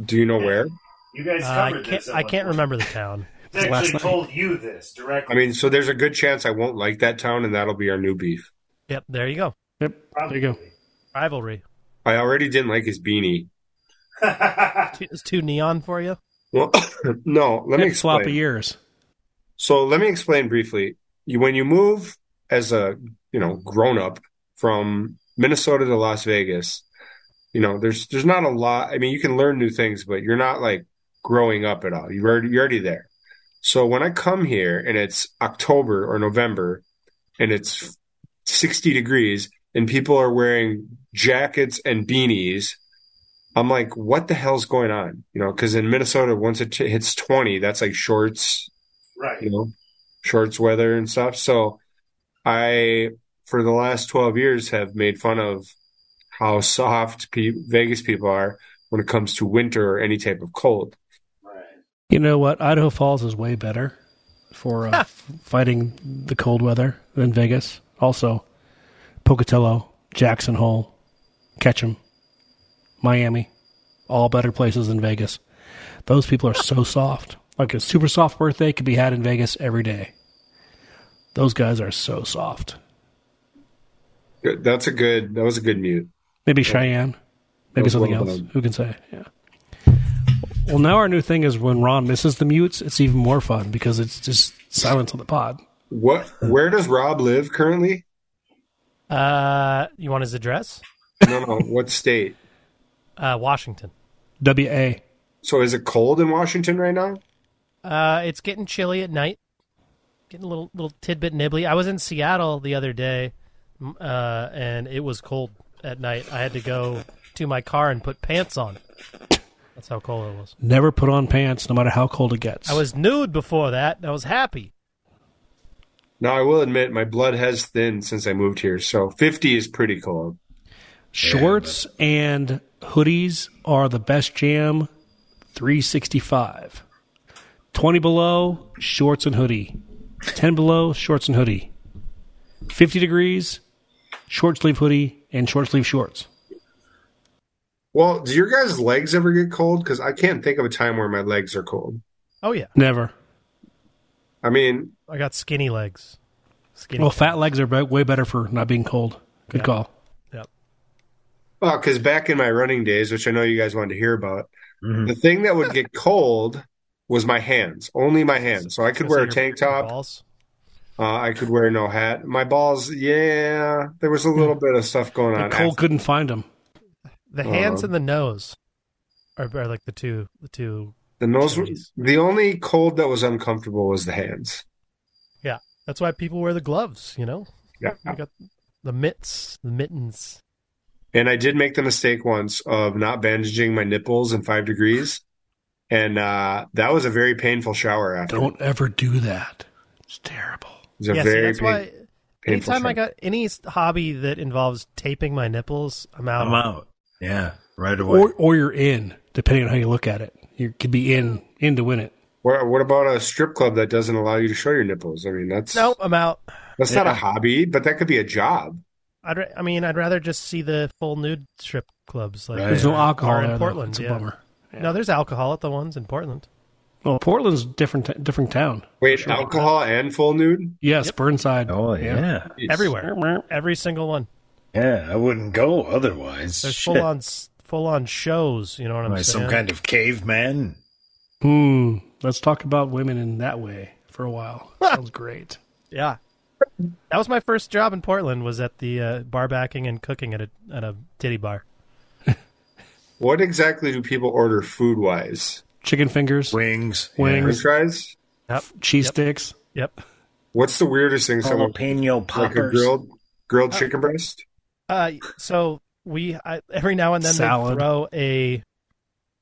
Speaker 1: Do you know where?
Speaker 8: You guys
Speaker 3: Uh, I can't. I can't remember the town.
Speaker 4: actually Last night. told
Speaker 8: you this
Speaker 1: I
Speaker 8: directly.
Speaker 1: mean, so there's a good chance I won't like that town, and that'll be our new beef.
Speaker 3: Yep. There you go.
Speaker 4: Yep. There you go.
Speaker 3: Rivalry.
Speaker 1: I already didn't like his beanie.
Speaker 3: Too, it's too neon for you.
Speaker 1: Well, no, let me
Speaker 4: Big
Speaker 1: explain.
Speaker 4: floppy ears.
Speaker 1: So let me explain briefly. You, when you move as a you know grown up from Minnesota to Las Vegas, you know there's there's not a lot. I mean, you can learn new things, but you're not like growing up at all. You're already, you're already there. So when I come here and it's October or November, and it's 60 degrees and people are wearing jackets and beanies. I'm like, what the hell's going on? You know, because in Minnesota, once it t- hits 20, that's like shorts,
Speaker 7: Right.
Speaker 1: you know, shorts weather and stuff. So I, for the last 12 years, have made fun of how soft pe- Vegas people are when it comes to winter or any type of cold.
Speaker 4: You know what? Idaho Falls is way better for uh, f- fighting the cold weather than Vegas. Also, Pocatello, Jackson Hole, Ketchum, Miami, all better places than Vegas. Those people are so soft. Like a super soft birthday could be had in Vegas every day. Those guys are so soft.
Speaker 1: Good- That's a good, that was a good mute.
Speaker 4: Maybe Cheyenne. Maybe
Speaker 1: was
Speaker 4: something
Speaker 1: well
Speaker 4: else.
Speaker 1: done.
Speaker 4: Who can say? Yeah. Well, now our new thing is when Ron misses the mutes, it's even more fun because it's just silence on the pod.
Speaker 1: What, where does Rob live currently?
Speaker 3: Uh, you want his address?
Speaker 1: No, no, what state?
Speaker 3: Uh, Washington.
Speaker 4: W A.
Speaker 1: So is it cold in Washington right now?
Speaker 3: Uh, it's getting chilly at night. Getting a little little tidbit nibbly. I was in Seattle the other day, m- uh, and it was cold at night. I had to go to my car and put pants on. That's how cold it was.
Speaker 4: Never put on pants, no matter how cold it gets.
Speaker 3: I was nude before that. and I was happy.
Speaker 1: Now I will admit my blood has thinned since I moved here, so 50 is pretty cold.
Speaker 4: shorts and hoodies are the best jam. Three sixty five. Twenty below shorts and hoodie. Ten below shorts and hoodie. Fifty degrees short sleeve hoodie and short sleeve shorts.
Speaker 1: Well, do your guys' legs ever get cold? Because I can't think of a time where my legs are cold.
Speaker 3: Oh yeah,
Speaker 4: Never.
Speaker 1: I mean,
Speaker 3: I got skinny legs. Skinny.
Speaker 4: Well, fat legs are be- way better for not being cold. Good call.
Speaker 3: Yep.
Speaker 1: well, because back in my running days, which I know you guys wanted to hear about,
Speaker 3: Mm-hmm.
Speaker 1: the thing that would get cold was my hands, only my hands. So I could
Speaker 3: Is
Speaker 1: wear
Speaker 3: that
Speaker 1: a
Speaker 3: your-
Speaker 1: tank
Speaker 3: your
Speaker 1: top.
Speaker 3: balls?
Speaker 1: Uh, I could wear no hat. My balls, yeah, there
Speaker 3: Hmm.
Speaker 1: was a little bit of stuff going
Speaker 4: The
Speaker 1: on.
Speaker 4: cold couldn't find them.
Speaker 3: The hands
Speaker 1: Uh,
Speaker 3: and the nose are, are like the two the two.
Speaker 1: The nose,
Speaker 3: Jeez.
Speaker 1: the only cold that was uncomfortable was the hands.
Speaker 3: Yeah, that's why people wear the gloves. You know,
Speaker 1: Yeah.
Speaker 3: you got the mitts, the mittens.
Speaker 1: And I did make the mistake once of not bandaging my nipples in five degrees. And uh, that was a very painful shower after. It
Speaker 4: Don't ever do that. It's terrible.
Speaker 1: was a
Speaker 3: yeah, see,
Speaker 1: very
Speaker 3: that's
Speaker 1: pain-
Speaker 3: why.
Speaker 1: painful
Speaker 3: Anytime I
Speaker 1: shower.
Speaker 3: got any s- hobby that involves taping my nipples, I'm out.
Speaker 2: I'm out. Yeah, right away.
Speaker 4: Or or you're in, depending on how you look at it. You could be in in to win it.
Speaker 1: What, what about a strip club that doesn't allow you to show your nipples? I mean, that's
Speaker 3: No, I'm out.
Speaker 1: that's not a hobby, but that could be a job.
Speaker 3: I'd, ra- I mean, I'd rather just see the full nude strip clubs. Like uh,
Speaker 4: There's no
Speaker 3: are-
Speaker 4: alcohol
Speaker 3: are
Speaker 4: there,
Speaker 3: in
Speaker 4: though.
Speaker 3: Portland.
Speaker 4: It's a
Speaker 3: yeah.
Speaker 4: bummer.
Speaker 3: No, there's alcohol at the ones in Portland.
Speaker 4: Well, Portland's different t- different town.
Speaker 1: Wait, alcohol and full nude?
Speaker 4: Yes, Burnside.
Speaker 2: oh yeah.
Speaker 3: Everywhere, every single one.
Speaker 2: yeah, I wouldn't go otherwise.
Speaker 3: There's
Speaker 2: Shit.
Speaker 3: full on full on shows. You know what I'm
Speaker 2: Am I
Speaker 3: saying?
Speaker 2: some kind of caveman?
Speaker 4: Hmm. Let's talk about women in that way for a while. Sounds great.
Speaker 3: yeah. That was my first job in Portland. Was at the uh, bar backing and cooking at a at a titty bar.
Speaker 1: What exactly do people order food wise?
Speaker 4: Chicken fingers,
Speaker 2: Wings,
Speaker 1: French
Speaker 4: Wings.
Speaker 1: fries?
Speaker 3: Yep.
Speaker 4: cheese
Speaker 3: Yep.
Speaker 4: sticks.
Speaker 3: Yep.
Speaker 1: What's the weirdest thing
Speaker 2: yeah.
Speaker 4: Oh,
Speaker 1: someone
Speaker 2: jalapeno
Speaker 1: like a
Speaker 2: poppers.
Speaker 1: grilled grilled chicken breast?
Speaker 3: Uh, so we I, every now and then they
Speaker 4: Salad.
Speaker 3: throw a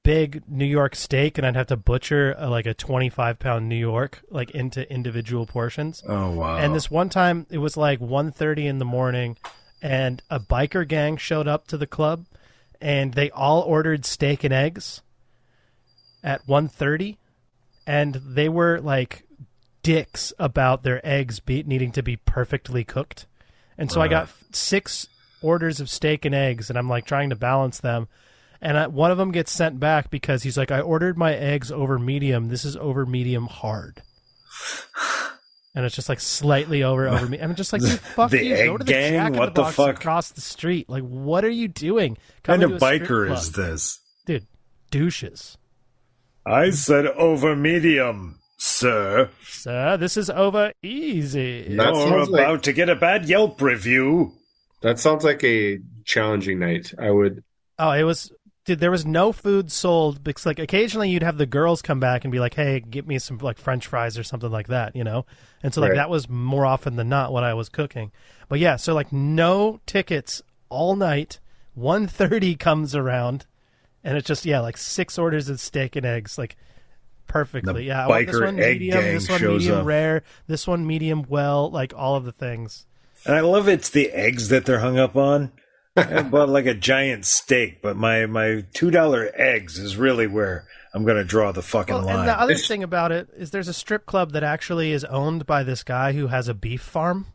Speaker 3: big New York steak, and I'd have to butcher uh like a twenty-five pound New York like into individual portions.
Speaker 2: Oh wow!
Speaker 3: And this one time, it was like 1.30 in the morning, and a biker gang showed up to the club, and they all ordered steak and eggs at 1.30, and they were like dicks about their eggs be- needing to be perfectly cooked. And so I got six orders of steak and eggs, and I'm like trying to balance them. And I, one of them gets sent back because he's like, I ordered my eggs over medium. This is over medium hard. And it's just like slightly over over me. I'm just like, you fuck
Speaker 2: the
Speaker 3: you. Go
Speaker 2: egg
Speaker 3: to the
Speaker 2: gang?
Speaker 3: Jack in
Speaker 2: What
Speaker 3: the
Speaker 2: the
Speaker 3: Box
Speaker 2: fuck?
Speaker 3: across the street. Like, what are you doing?
Speaker 2: kind of
Speaker 3: Coming to a strip
Speaker 2: biker
Speaker 3: club.
Speaker 2: is this?
Speaker 3: dude? Douches,
Speaker 2: I said over medium, sir.
Speaker 3: sir. This is over easy.
Speaker 1: That
Speaker 2: You're
Speaker 1: sounds like-
Speaker 2: about to get a bad Yelp review.
Speaker 1: That sounds like a challenging night. I would
Speaker 3: Oh, it was dude, there was no food sold because like occasionally you'd have the girls come back and be like, "Hey, get me some like French fries or something like that," you know. And so like
Speaker 1: Right.
Speaker 3: that was more often than not what I was cooking. But yeah, so like no tickets all night. 1.30 comes around, and it's just yeah, like six orders of steak and eggs, like perfectly. yeah, I want this
Speaker 8: biker
Speaker 3: one
Speaker 8: egg
Speaker 3: medium,
Speaker 8: gang
Speaker 3: this one
Speaker 8: shows
Speaker 3: medium
Speaker 8: up.
Speaker 3: rare, this one medium well, like all of the things.
Speaker 2: And I love it's the eggs that they're hung up on. I bought like a giant steak, but my my two dollar eggs is really where I'm gonna draw the fucking
Speaker 3: Well,
Speaker 2: line.
Speaker 3: and the other
Speaker 1: It's-
Speaker 3: thing about it is there's a strip club that actually is owned by this guy who has a beef farm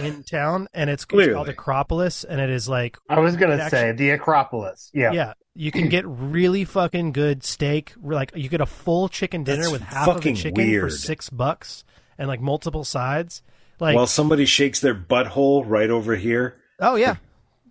Speaker 3: in town, and it's, it's called
Speaker 2: Uh, Clearly.
Speaker 3: Acropolis, and it is like,
Speaker 5: I was gonna
Speaker 3: It actually-
Speaker 5: say the Acropolis. Yeah.
Speaker 3: yeah. you can get really fucking good steak. Like you get a full chicken dinner
Speaker 2: That's
Speaker 3: with half of a
Speaker 2: fucking
Speaker 3: chicken for
Speaker 2: weird.
Speaker 3: six bucks, and like multiple sides. Like,
Speaker 2: While somebody shakes their butthole right over here,
Speaker 3: oh yeah,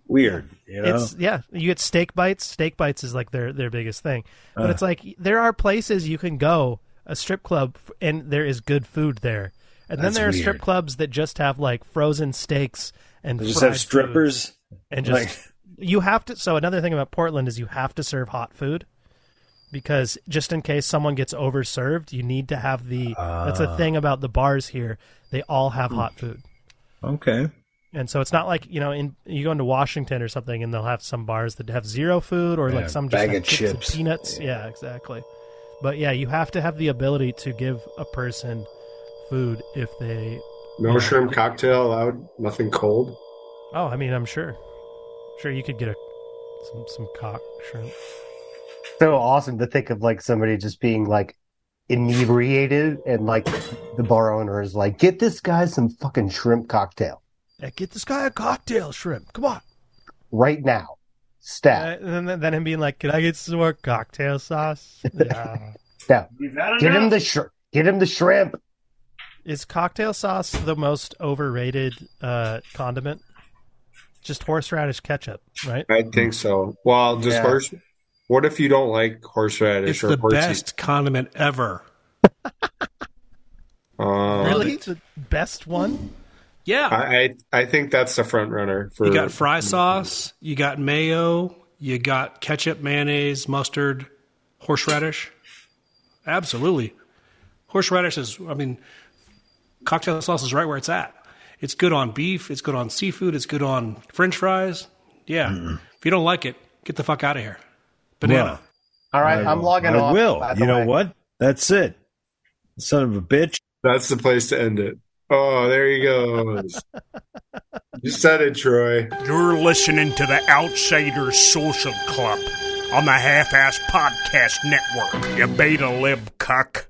Speaker 2: weird. You know,
Speaker 3: It's yeah, you get steak bites. Steak bites is like their their biggest thing. But
Speaker 2: Uh.
Speaker 3: it's like there are places you can go, a strip club, f- and there is good food there. And then
Speaker 2: That's
Speaker 3: there are strip
Speaker 2: weird.
Speaker 3: clubs that just have like frozen steaks and
Speaker 2: They just
Speaker 3: fried
Speaker 2: have
Speaker 3: food.
Speaker 2: strippers.
Speaker 3: and just
Speaker 2: like-
Speaker 3: you have to. So another thing about Portland is you have to serve hot food because just in case someone gets overserved, you need to have the. that's
Speaker 2: Ah.
Speaker 3: a thing about the bars here. They all have hot food.
Speaker 2: Hmm. Okay,
Speaker 3: And so it's not like you know, in you go into Washington or something, and they'll have some bars that have zero food, or like
Speaker 2: Yeah,
Speaker 3: some just
Speaker 2: bag
Speaker 3: have
Speaker 2: of
Speaker 3: chips,
Speaker 2: chips.
Speaker 3: and peanuts. Yeah. exactly. But yeah, you have to have the ability to give a person food if they.
Speaker 1: No shrimp cocktail allowed. Nothing cold.
Speaker 3: Oh, I mean, I'm sure, sure you could get a some some cock shrimp.
Speaker 5: So awesome to think of like somebody just being like inebriated and like the bar owner is like, get this guy some fucking shrimp cocktail
Speaker 3: Yeah, get this guy a cocktail shrimp. Come on.
Speaker 5: right now. Stat.
Speaker 3: Uh, and then, then him being like, "Can I get some more cocktail sauce?" Yeah.
Speaker 5: Get him the shrimp. Get him the shrimp.
Speaker 3: Is cocktail sauce the most overrated uh, condiment? Just horseradish ketchup, right?
Speaker 1: I
Speaker 4: Hmm.
Speaker 1: think so. Well, just
Speaker 5: Yeah.
Speaker 1: horse. What if you don't like horseradish
Speaker 4: It's
Speaker 1: or
Speaker 4: the
Speaker 1: horsey?
Speaker 4: best condiment ever.
Speaker 2: Oh,
Speaker 1: Um,
Speaker 3: Really, the best one?
Speaker 4: Yeah.
Speaker 1: I, I I think that's the front runner for
Speaker 4: You got fry sauce, you got mayo, you got ketchup, mayonnaise, mustard, horseradish. Absolutely. Horseradish is, I mean, cocktail sauce is right where it's at. It's good on beef, it's good on seafood, it's good on french fries. Yeah. If you don't like it, get the fuck out of here. Banana.
Speaker 2: Well,
Speaker 5: All right, I'm logging
Speaker 2: I
Speaker 5: off.
Speaker 2: will.
Speaker 5: by the
Speaker 2: You know
Speaker 5: way.
Speaker 2: what? That's it. Son of a bitch.
Speaker 1: That's the place to end it. Oh, there he goes. you said it, Troy.
Speaker 7: You're listening to the Outsiders Social Club on the Half Ass Podcast Network. You beta lib cuck.